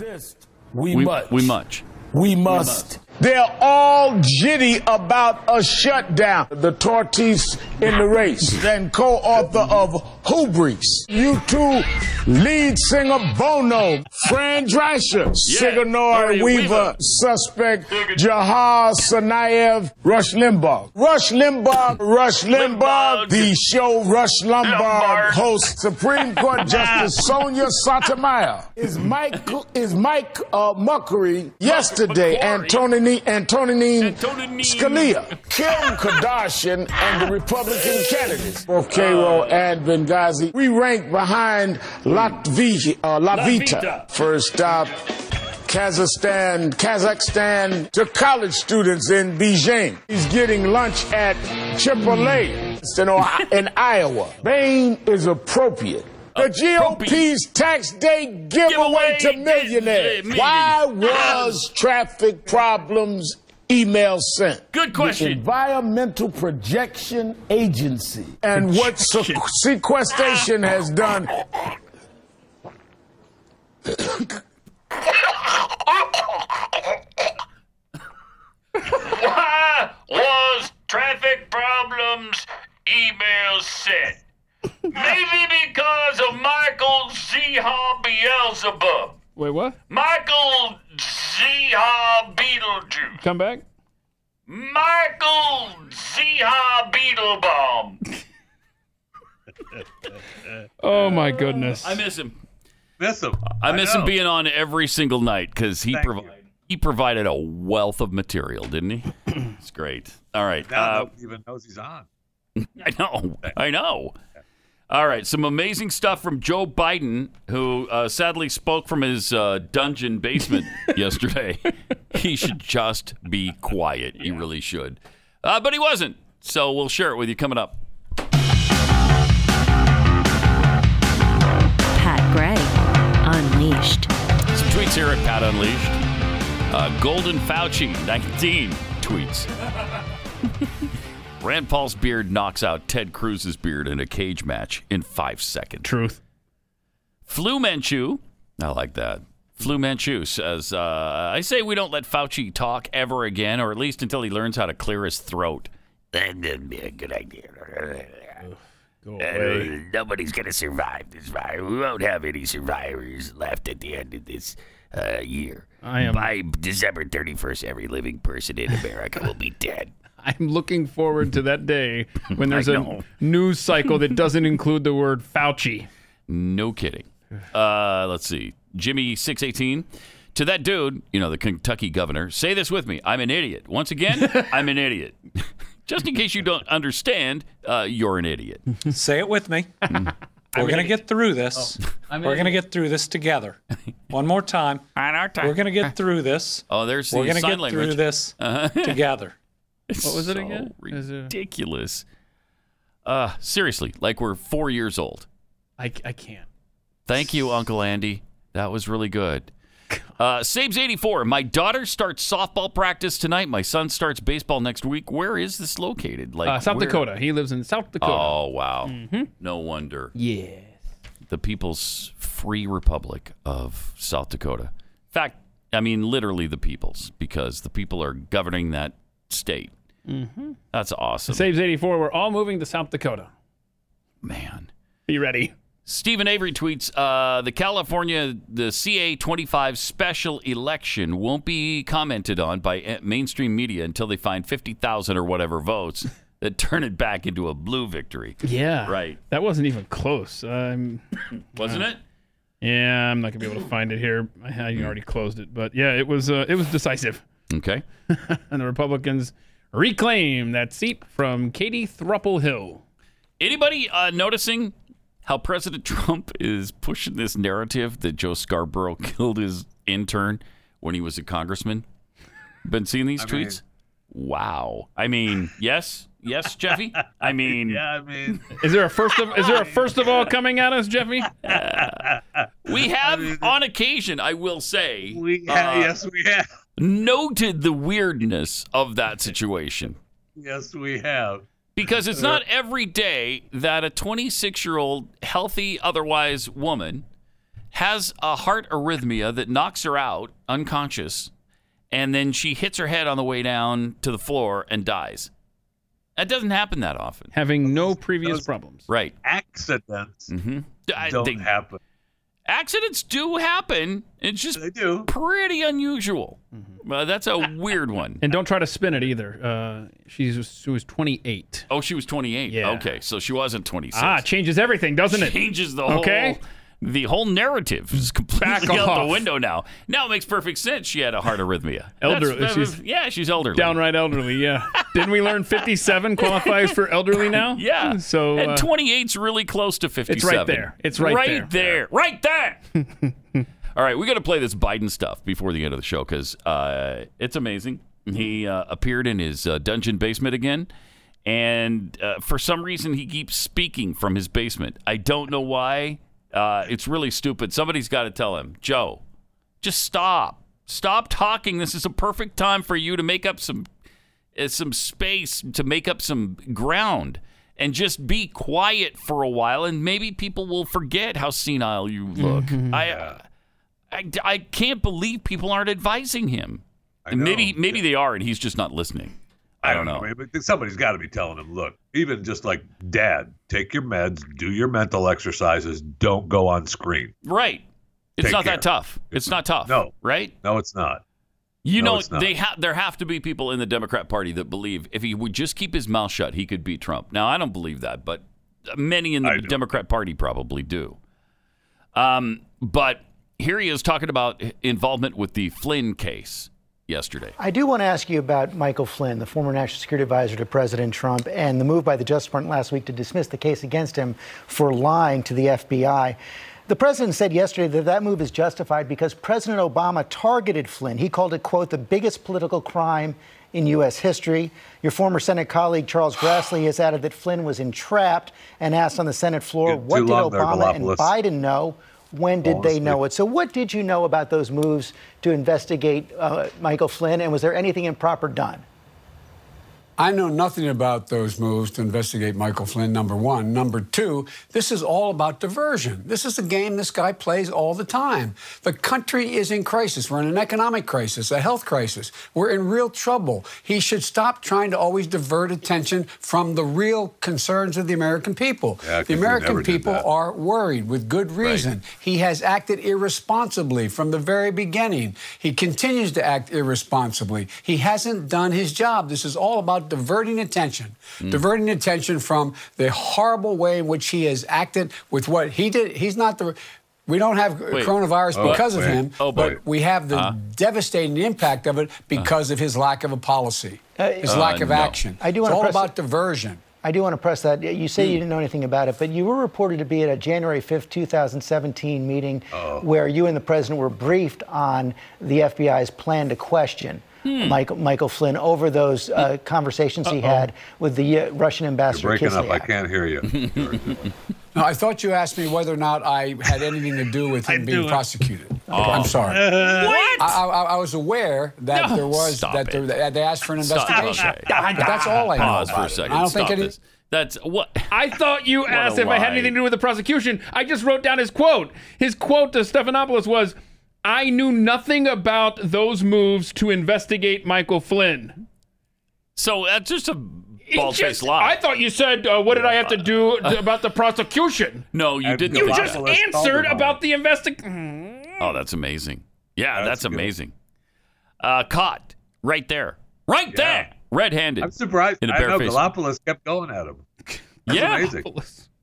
We, we must. We much. We must. They're all jitty about a shutdown. The tortoise in the race, and co-author of Hubris. You two, lead singer Bono, Fran Drescher, Sigourney Gloria Weaver, Weaver. suspect Jahar Sanayev, Rush Limbaugh. Rush Limbaugh, Rush Limbaugh, the show Rush Lombard, host Supreme Court Justice Sonia Sotomayor. Is Mike is Mike uh, Muckery yesterday Antonini Antonine Scalia, Kim Kardashian, and the Republican candidates of Cairo and Benghazi. We rank behind Latvi, Vita. uh, Lavita. First stop. Kazakhstan, Kazakhstan to college students in Beijing. He's getting lunch at Chipotle in, Ohio- in Iowa. Bain is appropriate. The GOP's tax day giveaway to millionaires. Why was traffic problems email sent? Good question. Environmental Projection Agency. And what sequ- sequestration has done. was traffic problems email sent? Maybe because of Michael Zehar Beelzebub. Wait, what? Michael Zehar Beetlejuice. Come back. Michael Zehar Beetlebaum. Oh my goodness. I miss him. Miss him. I I miss know. him being on every single night because he provided he provided a wealth of material, didn't he? it's great. All right. Now Uh, nobody even knows he's on. I know. I know. All right. Some amazing stuff from Joe Biden, who uh, sadly spoke from his uh, dungeon basement yesterday. He should just be quiet. He really should. Uh, but he wasn't. So we'll share it with you coming up. Pat Gray Unleashed. Some tweets here at Pat Unleashed. Uh, Golden Fauci, 19 tweets. Rand Paul's beard knocks out Ted Cruz's beard in a cage match in five seconds. Truth. Flu Manchu, I like that. Flu Manchu says, uh, I say we don't let Fauci talk ever again, or at least until he learns how to clear his throat. That'd be a good idea. Uh, nobody's going to survive this virus. We won't have any survivors left at the end of this uh, year. I am- By December 31st, every living person in America will be dead. I'm looking forward to that day when there's I a know. news cycle that doesn't include the word Fauci. No kidding. Uh, let's see. Jimmy six eighteen. To that dude, you know the Kentucky governor. Say this with me. I'm an idiot. Once again, I'm an idiot. Just in case you don't understand, uh, you're an idiot. Say it with me. We're going to get through this. I'm We're an going to get through this together. One more time. On our time. We're going to get through this. Oh, there's We're the gonna sign get language. Uh-huh. through this together. What was it again? Ridiculous. Uh, seriously, like we're four years old. I, I can't. Thank you, Uncle Andy. That was really good. Uh, Saves 84. My daughter starts softball practice tonight. My son starts baseball next week. Where is this located? Like uh, South where- Dakota. He lives in South Dakota. Mm-hmm. Oh wow. No wonder. Yes. The People's Free Republic of South Dakota. In fact, I mean literally the people's because the people are governing that state. Mhm. That's awesome. Saves 84. We're all moving to South Dakota. Man. Be ready. Stephen Avery tweets uh, the California the CA 25 special election won't be commented on by eh, mainstream media until they find 50,000 or whatever votes that turn it back into a blue victory. Yeah. Right. That wasn't even close. Um, Wasn't it? Yeah, I'm not gonna be able to find it here. I, I already closed it, but yeah, it was uh, it was decisive, Okay. and the Republicans reclaim that seat from Katie Thruple Hill. Anybody uh, noticing how President Trump is pushing this narrative that Joe Scarborough killed his intern when he was a congressman? Been seeing these I mean- tweets? wow. I mean, yes, yes, Jeffy. I mean, Yeah, I mean, Is there a first of is there a first of all coming at us, Jeffy? Uh, we have on occasion, I will say, uh, we yeah, yes, we have. noted the weirdness of that situation. Yes, we have. Because it's not every day that a 26 year old healthy, otherwise woman has a heart arrhythmia that knocks her out unconscious, and then she hits her head on the way down to the floor and dies. That doesn't happen that often. Having no previous problems. Right. Accidents Mm-hmm. don't happen. Accidents do happen. It's just pretty unusual. Mm-hmm. Uh, that's a weird one. And don't try to spin it either. Uh, she's she was 28. Oh, she was 28. Yeah. Okay, so she wasn't 26. Ah, changes everything, doesn't it? Changes the Okay. whole the whole narrative is completely Back out off. the window now. Now it makes perfect sense. She had a heart arrhythmia. Elderly, That's- that- she's- yeah, she's elderly. Downright elderly, yeah. Didn't we learn 57 qualifies for elderly now? yeah. So and uh, 28's really close to 57. there. It's right there. Right there. Right there. All right, we got to play this Biden stuff before the end of the show because uh, it's amazing. He uh, appeared in his uh, dungeon basement again, and uh, for some reason he keeps speaking from his basement. I don't know why. Uh, it's really stupid. Somebody's got to tell him, Joe, just stop, Stop talking. This is a perfect time for you to make up some uh, some space to make up some ground and just be quiet for a while and maybe people will forget how senile you look. I, I I can't believe people aren't advising him. And maybe maybe they are and he's just not listening. I don't know. I mean, but somebody's got to be telling him, look, even just like dad, take your meds, do your mental exercises, don't go on screen. Right. It's Take not care. that tough. It's, not tough. No. Right? No, it's not. You No, know, it's not. they ha- there have to be people in the Democrat Party that believe if he would just keep his mouth shut, he could beat Trump. Now, I don't believe that, but many in the Democrat Party probably do. Um, but here he is talking about involvement with the Flynn case yesterday. I do want to ask you about Michael Flynn, the former national security advisor to President Trump, and the move by the Justice Department last week to dismiss the case against him for lying to the FBI. The president said yesterday that that move is justified because President Obama targeted Flynn. He called it, quote, the biggest political crime in U.S. history. Your former Senate colleague Charles Grassley has added that Flynn was entrapped and asked on the Senate floor, too what did long there, Obama and Galopoulos. Biden know? When did they Honestly. know it? So, what did you know about those moves to investigate uh, Michael Flynn, and was there anything improper done? I know nothing about those moves to investigate Michael Flynn, number one. Number two, this is all about diversion. This is a game this guy plays all the time. The country is in crisis. We're in an economic crisis, a health crisis. We're in real trouble. He should stop trying to always divert attention from the real concerns of the American people. Yeah, 'cause the he never American did people that. are worried with good reason. He has acted irresponsibly from the very beginning. He continues to act irresponsibly. He hasn't done his job. This is all about diverting attention, Hmm. diverting attention from the horrible way in which he has acted with what he did. He's not the. We don't have Wait. coronavirus Oh, because of wait. him, Oh, but wait. we have the Uh-huh. devastating impact of it because of his lack of a policy, his Uh, lack of action. Uh, I do it's want to all press about diversion. I do want to press that. You say you didn't know anything about it, but you were reported to be at a January 5th, 2017 meeting Oh. where you and the president were briefed on the FBI's plan to question Hmm. Michael, Michael Flynn over those uh, conversations he had with the uh, Russian ambassador You're breaking up. Kislyak. I can't hear you. No, I thought you asked me whether or not I had anything to do with him being do. prosecuted. Oh. I'm sorry. What? I, I, I was aware that No. there was Stop that, it. there, that they asked for an Stop. investigation. Okay. But that's all I know. Pause for about a it. second. I don't Stop think it this. is. That's what I thought you What a asked if I had lie. anything to do with the prosecution. I just wrote down his quote. His quote to Stephanopoulos was, "I knew nothing about those moves to investigate Michael Flynn." So that's just a bald-faced lie. I thought you said, uh, "What did I have to do d- about the prosecution?" No, you didn't. You know just that. answered about the Mm. investigation. Oh, that's amazing. Yeah, that's, amazing. Uh, caught right there, right there, red-handed. I'm surprised. In a I know barefaced- Galopoulos kept going at him. That's Yeah. amazing.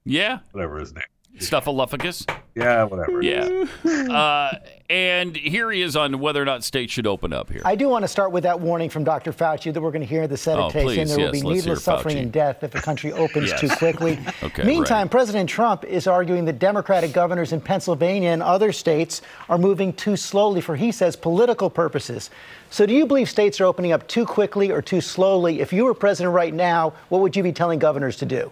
Yeah, Whatever his name. Stuffaluffagus. Yeah, whatever. Yeah. Uh, and here he is on whether or not states should open up here. I do want to start with that warning from Dr. Fauci that we're going to hear in the Senate Oh, tapes, please, and there yes, will be let's hear needless suffering Fauci. and death if the country opens Yes. too quickly. Okay, Meantime, President Trump is arguing that Democratic governors in Pennsylvania and other states are moving too slowly for, he says, political purposes. So, do you believe states are opening up too quickly or too slowly? If you were president right now, what would you be telling governors to do?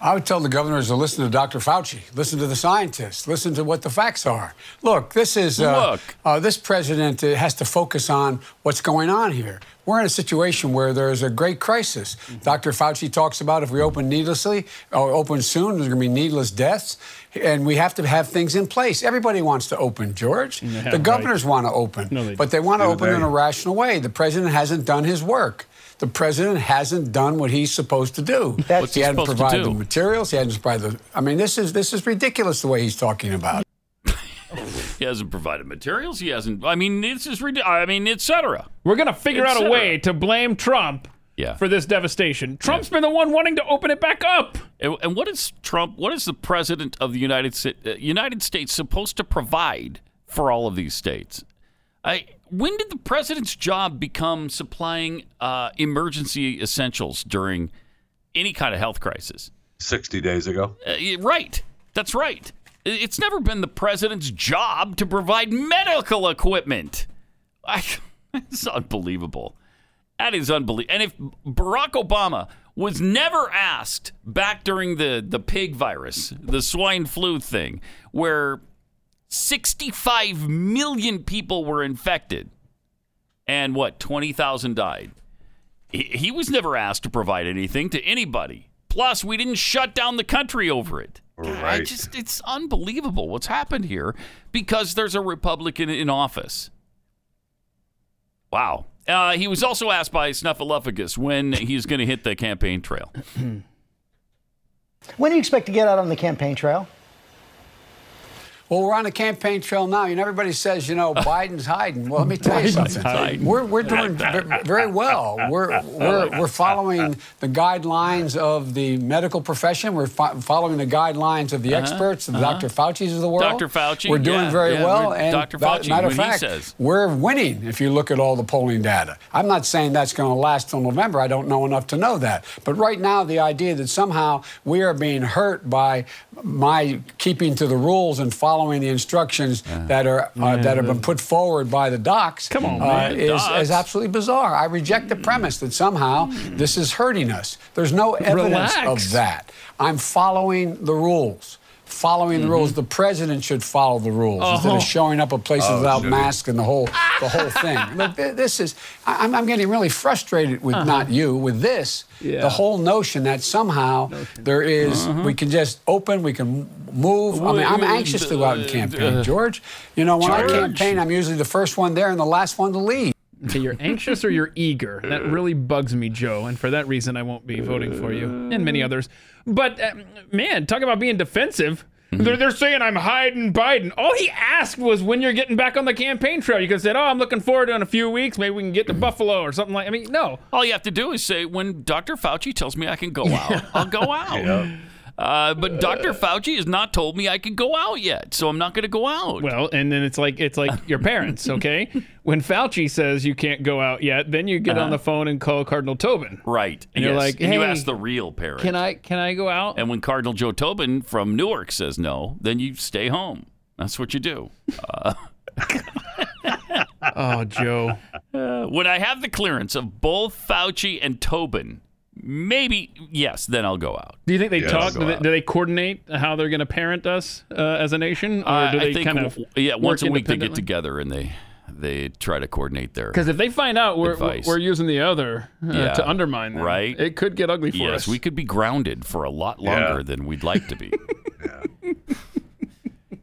I would tell the governors to listen to Dr. Fauci, listen to the scientists, listen to what the facts are. Look, this is uh, Look. Uh, this president uh, has to focus on what's going on here. We're in a situation where there is a great crisis. Mm-hmm. Dr. Fauci talks about if we open needlessly or open soon, there's going to be needless deaths, and we have to have things in place. Everybody wants to open, George. Yeah, the right. governors want to open, No, they but they want to don't. open in a rational way. The president hasn't done his work. The president hasn't done what he's supposed to do. That's he hadn't supposed to provided do? the materials. He hadn't provided. The, I mean, this is this is ridiculous the way he's talking about. it. He hasn't provided materials. He hasn't. I mean, this is ridiculous. I mean, etc. We're gonna figure Et out a cetera. way to blame Trump Yeah. for this devastation. Trump's been the one wanting to open it back up. And, and what is Trump? What is the president of the United Sa- uh, United States supposed to provide for all of these states? I, when did the president's job become supplying uh, emergency essentials during any kind of health crisis? 60 days ago. Uh, y- right. That's right. I- It's never been the president's job to provide medical equipment. I, it's unbelievable. That is unbelievable. And if Barack Obama was never asked back during the, the pig virus, the swine flu thing, where 65 million people were infected, and what, 20,000 died. He, he was never asked to provide anything to anybody. Plus, we didn't shut down the country over it. I Right. just, it's unbelievable what's happened here because there's a Republican in office. Wow. Uh, he was also asked by Snuffleupagus when he's going to hit the campaign trail. When do you expect to get out on the campaign trail? Well, we're on the campaign trail now, and everybody says, you know, Biden's hiding. Well, let me tell you Biden's something. hiding. We're, we're doing ve- very well. We're, we're, we're following the guidelines of the medical profession. We're fo- following the guidelines of the Uh-huh, experts, the uh-huh. Dr. Fauci's of the world. Dr. Fauci, We're doing yeah, very yeah, well. we're- And Dr. ba- Fauci, matter of what he fact, says. we're winning if you look at all the polling data. I'm not saying that's going to last till November. I don't know enough to know that. But right now, the idea that somehow we are being hurt by my keeping to the rules and following the instructions that are uh, that have been put forward by the docs Come on, man, is, docs. is absolutely bizarre. I reject the premise that somehow this is hurting us. There's no evidence Relax. of that. I'm following the rules. Following the rules, the president should follow the rules instead Mm-hmm. Uh-huh. of showing up at places Oh, without should he? masks and the whole the whole thing. Look, th- this is I- I'm, I'm getting really frustrated with not you with this. The whole notion that somehow there is- we can just open, we can move. I mean, I'm Well, anxious to go out and uh, campaign, uh, George. You know, when George. I campaign, I'm usually the first one there and the last one to leave. Okay, you're anxious or you're eager. That Uh. really bugs me, Joe. And for that reason, I won't be voting for you Uh. and many others. But uh, man, talk about being defensive. Mm-hmm. They're, they're saying I'm hiding Biden. All he asked was when you're getting back on the campaign trail. You could have said, "Oh, I'm looking forward to it in a few weeks. Maybe we can get to Buffalo or something like." I mean, no. All you have to do is say, when Dr. Fauci tells me I can go out, I'll go out. Uh, but Dr. Fauci has not told me I can go out yet, so I'm not going to go out. Well, and then it's like it's like your parents, okay? when Fauci says you can't go out yet, then you get on Uh-huh. the phone and call Cardinal Tobin. Right. And you're yes. like, and you "Hey, ask the real parent. Can I can I go out? And when Cardinal Joe Tobin from Newark says no, then you stay home. That's what you do. Uh, oh, Joe. Uh, when I have the clearance of both Fauci and Tobin, maybe, yes, then I'll go out. Do you think they Yes. talk? Go Do they, out. do they coordinate how they're going to parent us uh, as a nation, or Uh, do I they think kind of w- yeah, once work a week they get independently? together and they they try to coordinate their Because if they find out we're, Advice. we're using the other uh, Yeah. to undermine them, Right. It could get ugly for yes, us. we could be grounded for a lot longer than we'd like to be.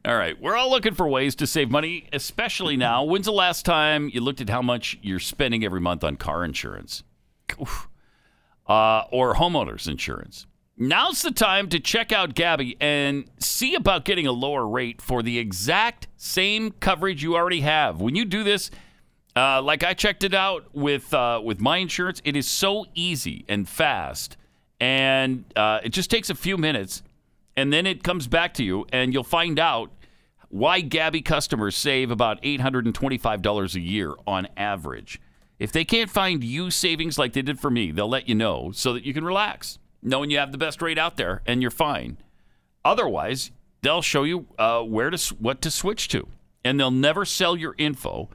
All right, we're all looking for ways to save money, especially now. When's the last time you looked at how much you're spending every month on car insurance? Oof. Uh, or homeowners insurance? Now's the time to check out Gabby and see about getting a lower rate for the exact same coverage you already have. When you do this, uh, like I checked it out with uh, with my insurance, it is so easy and fast, and uh, it just takes a few minutes, and then it comes back to you, and you'll find out why Gabby customers save about eight hundred and twenty five dollars a year on average. If they can't find you savings like they did for me, they'll let you know so that you can relax, knowing you have the best rate out there and you're fine. Otherwise, they'll show you uh, where to s- what to switch to, and they'll never sell your info.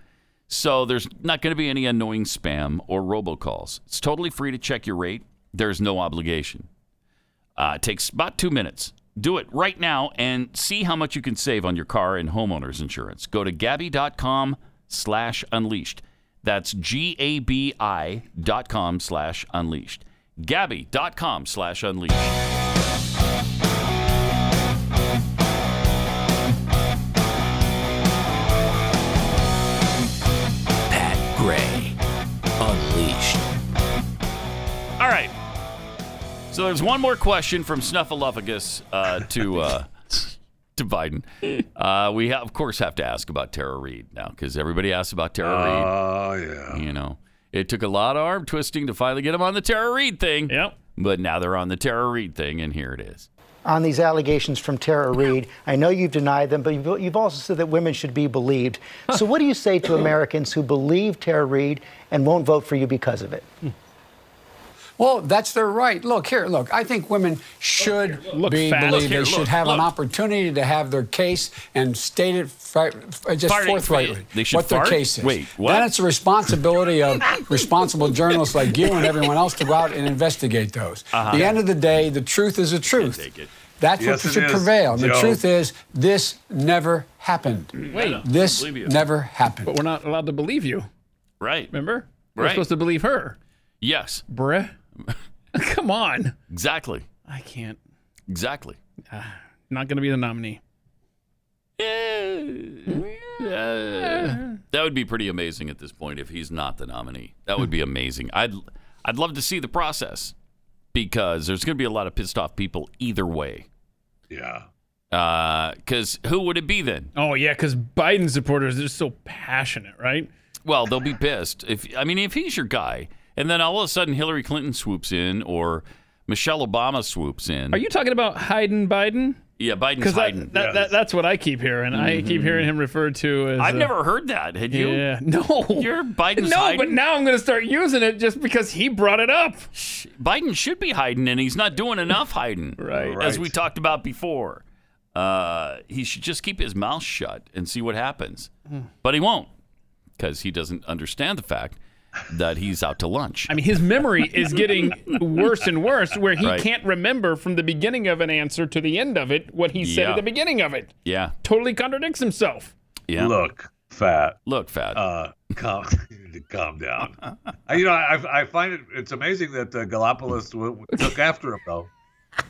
So there's not going to be any annoying spam or robocalls. It's totally free to check your rate. There's no obligation. Uh, it takes about two minutes. Do it right now and see how much you can save on your car and homeowners insurance. Go to gabby.com slash unleashed. That's G-A-B-I dot com slash unleashed. Gabby.com slash unleashed. Pat Gray Unleashed. All right. So there's one more question from Snuffleupagus uh, to uh, to Biden. Uh, we ha- of course have to ask about Tara Reid now because everybody asks about Tara Reid. Oh yeah. You know, it took a lot of arm twisting to finally get him on the Tara Reid thing. Yep. But now they're on the Tara Reid thing, and here it is. on these allegations from Tara Reid. I know you've denied them, but you've you've also said that women should be believed. So, what do you say to Americans who believe Tara Reid and won't vote for you because of it? Well, that's their right. Look here, look. I think women should be fat. believed. Look here, they should look, have an look. opportunity to have their case and state it fri- f- just Fart it, forthrightly. they should what their fart? case is. Wait, what? Then it's the responsibility of responsible journalists like you and everyone else to go out and investigate those. Uh-huh. The end of the day, the truth is the truth. That's Yes, what it should is, prevail. And the Joe. truth is, this never happened. Wait. I this believe you. never happened. But we're not allowed to believe you. Right. Remember? We're Right. supposed to believe her. Yes. Bruh. Come on. Exactly. I can't. Exactly. Ah, Not going to be the nominee. Uh, that would be pretty amazing at this point if he's not the nominee. That would be amazing. I'd I'd love to see the process because there's going to be a lot of pissed off people either way. Yeah. Because who would it be then? Oh, yeah, because Biden supporters, they're so passionate, right? Well, they'll be pissed if I mean if he's your guy, and then all of a sudden Hillary Clinton swoops in or Michelle Obama swoops in. Are you talking about Hayden Biden? Yeah, Biden's Because that, hiding. that, that, that's what I keep hearing. I keep hearing him referred to as. I've uh, never heard that. Had you? Yeah. No. You're Biden's No, hiding. but now I'm going to start using it just because he brought it up. Biden should be hiding, and he's not doing enough hiding. right. As we talked about before, uh, he should just keep his mouth shut and see what happens. Hmm. But he won't because he doesn't understand the fact that he's out to lunch. I mean, his memory is getting worse and worse, where he Right. can't remember from the beginning of an answer to the end of it what he said Yeah. at the beginning of it. Yeah. Totally contradicts himself. Yeah. Look, fat. Look, fat. Uh, calm, calm down. I, you know, I, I find it it's amazing that uh, Galopoulos w- w- took after him though.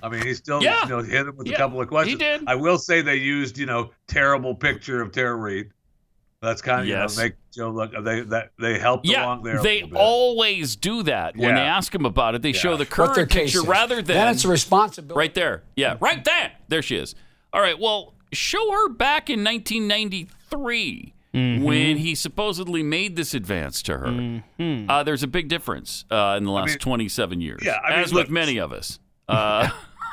I mean, he still Yeah. you know, hit him with Yeah, a couple of questions. he did. I will say they used you know terrible picture of Tara Reid. That's kind of Yes. you know make Joe look. They that they helped Yeah, along there. a they little bit. always do that when Yeah. they ask him about it. They show the current What their case picture is. rather than Then it's a responsibility. Right there, yeah, right there. There she is. All right, well, show her back in 1993 Mhm. when he supposedly made this advance to her. Uh, there's a big difference uh, in the last mean- 27 years, Yeah, I mean, as look- with many of us. Uh,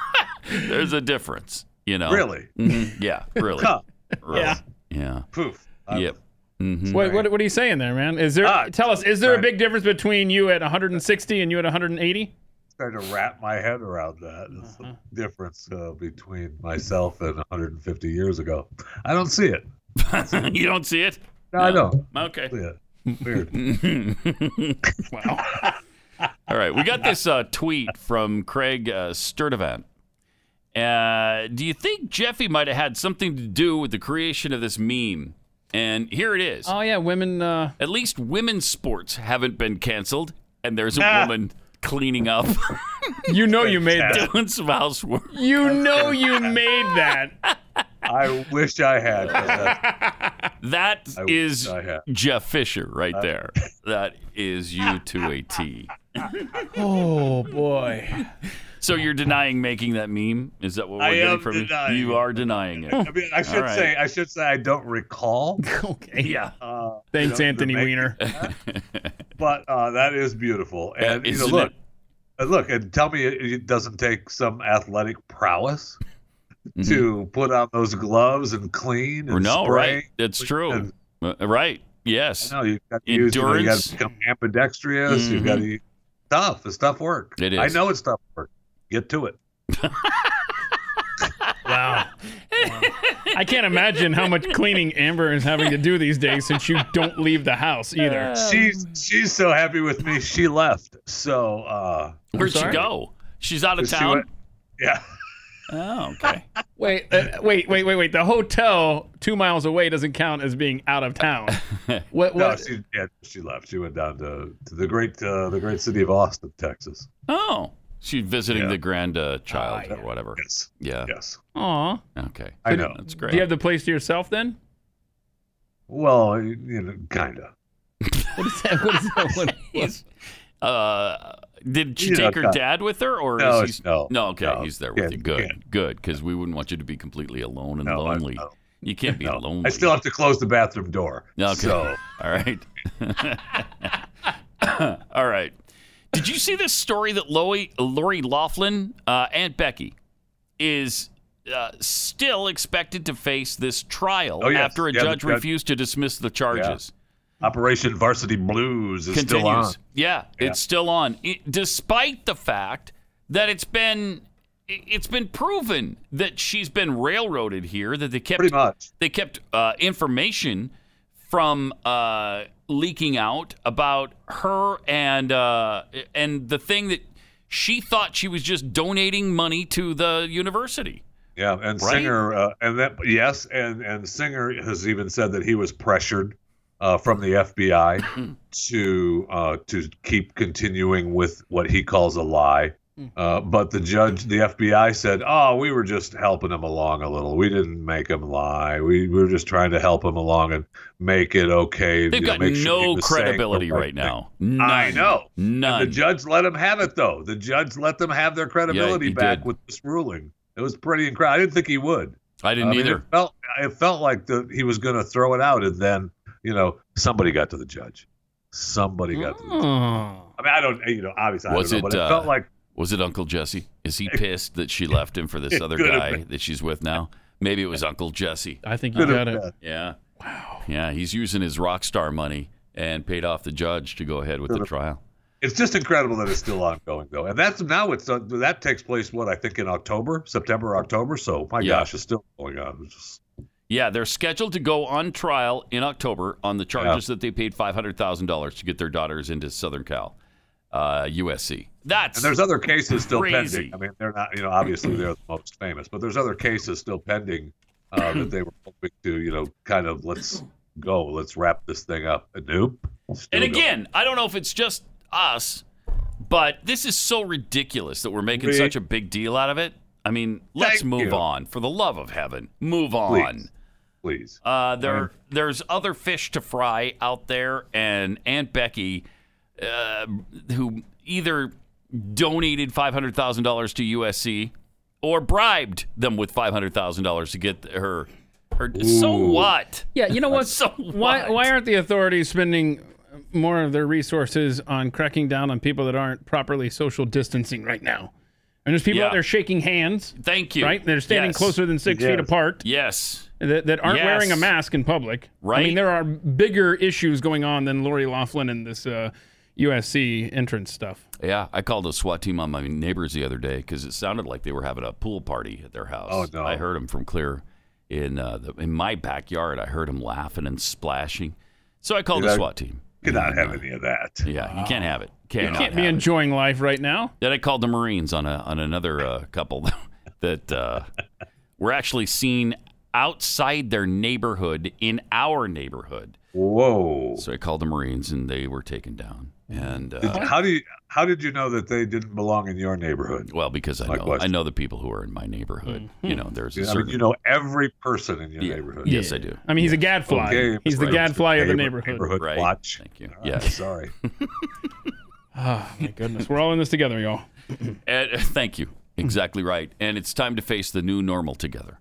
there's a difference, you know. Really? Mhm, Yeah, really. Huh. Really. Yeah. Yeah. Poof. Yep. Mhm. What, what, what are you saying there, man? Is there? tell us, is there a big difference between you at 160 and you at 180? trying to wrap my head around that It's the Mm-hmm. difference uh, between myself and 150 years ago. I don't see it. you don't see it? No, I don't. Okay. See it. Weird. wow. All right, we got this uh, tweet from Craig uh, Sturdivant. Uh, do you think Jeffy might have had something to do with the creation of this meme? And here it is. Oh yeah, women. Uh, At least women's sports haven't been canceled, and there's a Ah. woman cleaning up, you know you made that. doing some housework. You know you made that. I wish I had. 'cause that's- That I wish is I had. Uh. Jeff Fisher right there. That is you to a T. Oh boy. So you're denying making that meme? Is that what we're I getting am from you? denying You are denying it. I mean, I should All right. say. I should say. I don't recall. Okay. Yeah. Uh, Thanks, you know, Anthony the- Weiner. But uh, that is beautiful. And you know, isn't look, it? uh, look, and tell me it, it doesn't take some athletic prowess to put on those gloves and clean. And Mm-hmm. no, spray. right? That's true. Uh, Right. Yes. No, you've got to use, you know, you got Endurance. Mm-hmm. to become ambidextrous. You've got to tough. It's tough work. It is. I know it's tough work. Get to it. Wow. I can't imagine how much cleaning Amber is having to do these days since you don't leave the house either. She's she's so happy with me. She left. So uh, Where'd she sorry? go? She's out of She town. went- yeah. Oh, okay. Wait, uh, wait, wait, wait, wait. The hotel two miles away doesn't count as being out of town. What? No, what? she yeah, she left. She went down to, to the great uh, the great city of Austin, Texas. Oh, she's visiting the grandchild or whatever. Ah, Yes. Yeah. Yes. Aw. Okay. I know. That's Do great. you have the place to yourself then? Well, you know, kinda. What is that? What is that? What, what? uh, did she You know, take her God. dad with her, or is No, he? it's- no, no, okay, no. he's there with Yeah, you. Good, yeah. good, because we wouldn't want you to be completely alone and No, I- lonely. no. You can't be No. lonely. I still have to close the bathroom door. Okay. So All right. All right. Did you see this story that Lori, Lori Laughlin, uh, Aunt Becky, is uh, still expected to face this trial Oh, yes. after a Yeah, the judge judge- refused to dismiss the charges? Operation Varsity Blues is Continues. still on. Yeah, it's still on, It- despite the fact that it's been it- it's been proven that she's been railroaded here. That they kept Pretty much. they kept uh, information from uh, leaking out about her and uh, and the thing that she thought she was just donating money to the university Yeah, and Right? Singer, uh, and that yes, and and Singer has even said that he was pressured uh, from the Hmm. FBI to uh, to keep continuing with what he calls a lie. Hmm. Uh, but the judge, the FBI said, "Oh, we were just helping him along a little. We didn't make him lie. We, we were just trying to help him along and make it okay." They've you know, got make sure he no was saying the credibility right thing. now. I None. know. None. And the judge let him have it though. The judge let them have their credibility he back did. with this ruling. It was pretty incredible. I didn't think he would. I didn't mean, either. It felt, it felt like the, he was going to throw it out, and then you know somebody got to the judge. Somebody got. To the judge. I mean, I don't. You know, obviously, Hmm. was I don't it, know, but uh, it felt like was it Uncle Jesse? Is he pissed that she left him for this It other could have guy been. that she's with now? Maybe it was Uncle Jesse. I think you you Could have got it. been. Yeah. Wow. Yeah, he's using his rock star money and paid off the judge to go ahead with the trial. it's just incredible that it's still ongoing though, and that's now it's uh, that takes place what I think in October, September, October. So my Yeah. gosh, it's still going on. It's just- Yeah, they're scheduled to go on trial in October on the charges that they paid five hundred thousand dollars to get their daughters into Southern Cal, uh, USC. That's and there's other cases still crazy. pending. I mean, they're not, you know, obviously they're the most famous, but there's other cases still pending uh, that they were hoping to, you know, kind of let's go, let's wrap this thing up. And Nope. Still And again, I don't know if it's just us, but this is so ridiculous that we're making Re- such a big deal out of it. I mean, let's move you. on. For the love of heaven, move on. Please. Uh, there, Um, there's other fish to fry out there, and Aunt Becky, uh, who either donated five hundred thousand dollars to USC or bribed them with five hundred thousand dollars to get her. Her, so Ooh. what? Yeah, you know what? So why why aren't the authorities spending more of their resources on cracking down on people that aren't properly social distancing right now? And there's people Yeah. out there shaking hands. Thank you. Right? They're standing Yes. closer than six Yes. feet apart. Yes. That, that aren't Yes. wearing a mask in public. I Right. mean, there are bigger issues going on than Lori Laughlin and this uh, USC entrance stuff. Yeah, I called a SWAT team on my neighbors the other day because it sounded like they were having a pool party at their house. Oh, no. I heard them from clear in uh, the, in my backyard. I heard them laughing and splashing. So I called You a know, SWAT team. uh, Cannot have any of that. Yeah, you can't have it. You Cannot can't be have it. enjoying life right now. Then I called the Marines on a on another uh, couple that uh, were actually seen outside their neighborhood in our neighborhood. Whoa! So I called the Marines and they were taken down. And uh, did- how do you how did you know that they didn't belong in your neighborhood? Well, because I My know I question. know the people who are in my neighborhood. Mm-hmm. You know, there's a Yeah, I certain mean, you know every person in your Yeah. neighborhood. Yes, I do. I mean, he's a Yes. gadfly. Okay, he's the right. gadfly of the Neighbor- neighborhood. Neighborhood Right. watch. Thank you. All Yeah. Sorry. Oh, my goodness. We're all in this together, y'all. And, thank you. Exactly right. And it's time to face the new normal together.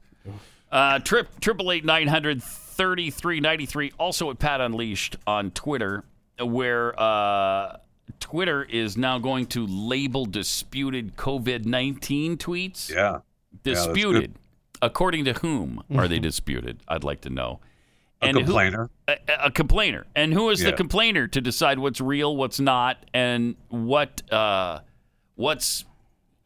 Uh, trip triple eight nine hundred thirty three ninety three. Also at Pat Unleashed on Twitter, where uh, Twitter is now going to label disputed COVID nineteen tweets. Yeah. that's good. disputed. According to whom are they disputed? I'd like to know. A who- complainer. a, a complainer, and who is the Yeah. complainer to decide what's real, what's not, and what uh, what's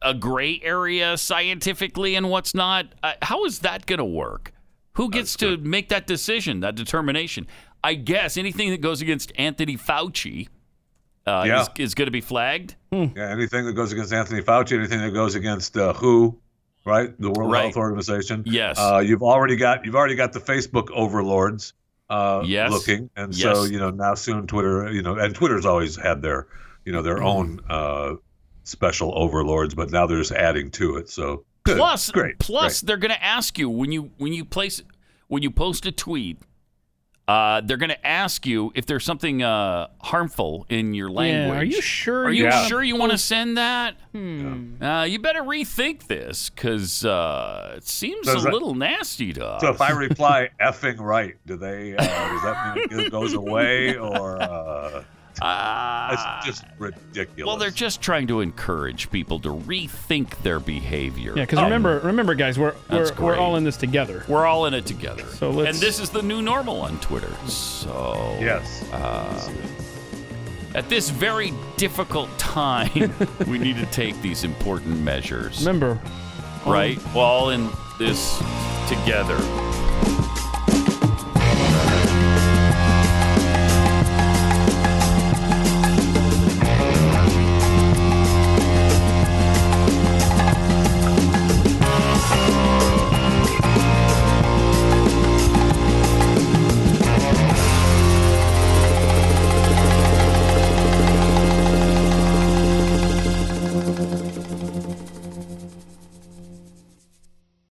a gray area scientifically and what's not? Uh, how is that going to work? Who gets to make that decision, that determination? I guess anything that goes against Anthony Fauci uh, Yeah. is, is going to be flagged. Yeah, anything that goes against Anthony Fauci, anything that goes against uh, WHO, right? The World Right. Health Organization. Yes. Uh, you've already got you've already got the Facebook overlords uh, Yes. looking, and so Yes. you know now soon Twitter, you know, and Twitter's always had their you know Hmm. their own uh, special overlords, but now they're just adding to it. So good. Plus, great, plus they're going to ask you when you when you place when you post a tweet. Uh, they're going to ask you if there's something uh, harmful in your language. Yeah, are you sure? Are you wanna sure you want to send that? Hmm. Uh, you better rethink this because uh, it seems Does a that- little nasty to us. So if I reply effing right, do they? Uh, does that mean it goes away or? Uh, it's just ridiculous. Ah. well, they're just trying to encourage people to rethink their behavior. Yeah, because Um, remember, remember, guys, we're we're, That's we're great. all in this together. We're all in it together. So let's- and this is the new normal on Twitter. So Yes. uh, at this very difficult time, we need to take these important measures. Remember, right? We're all in this together.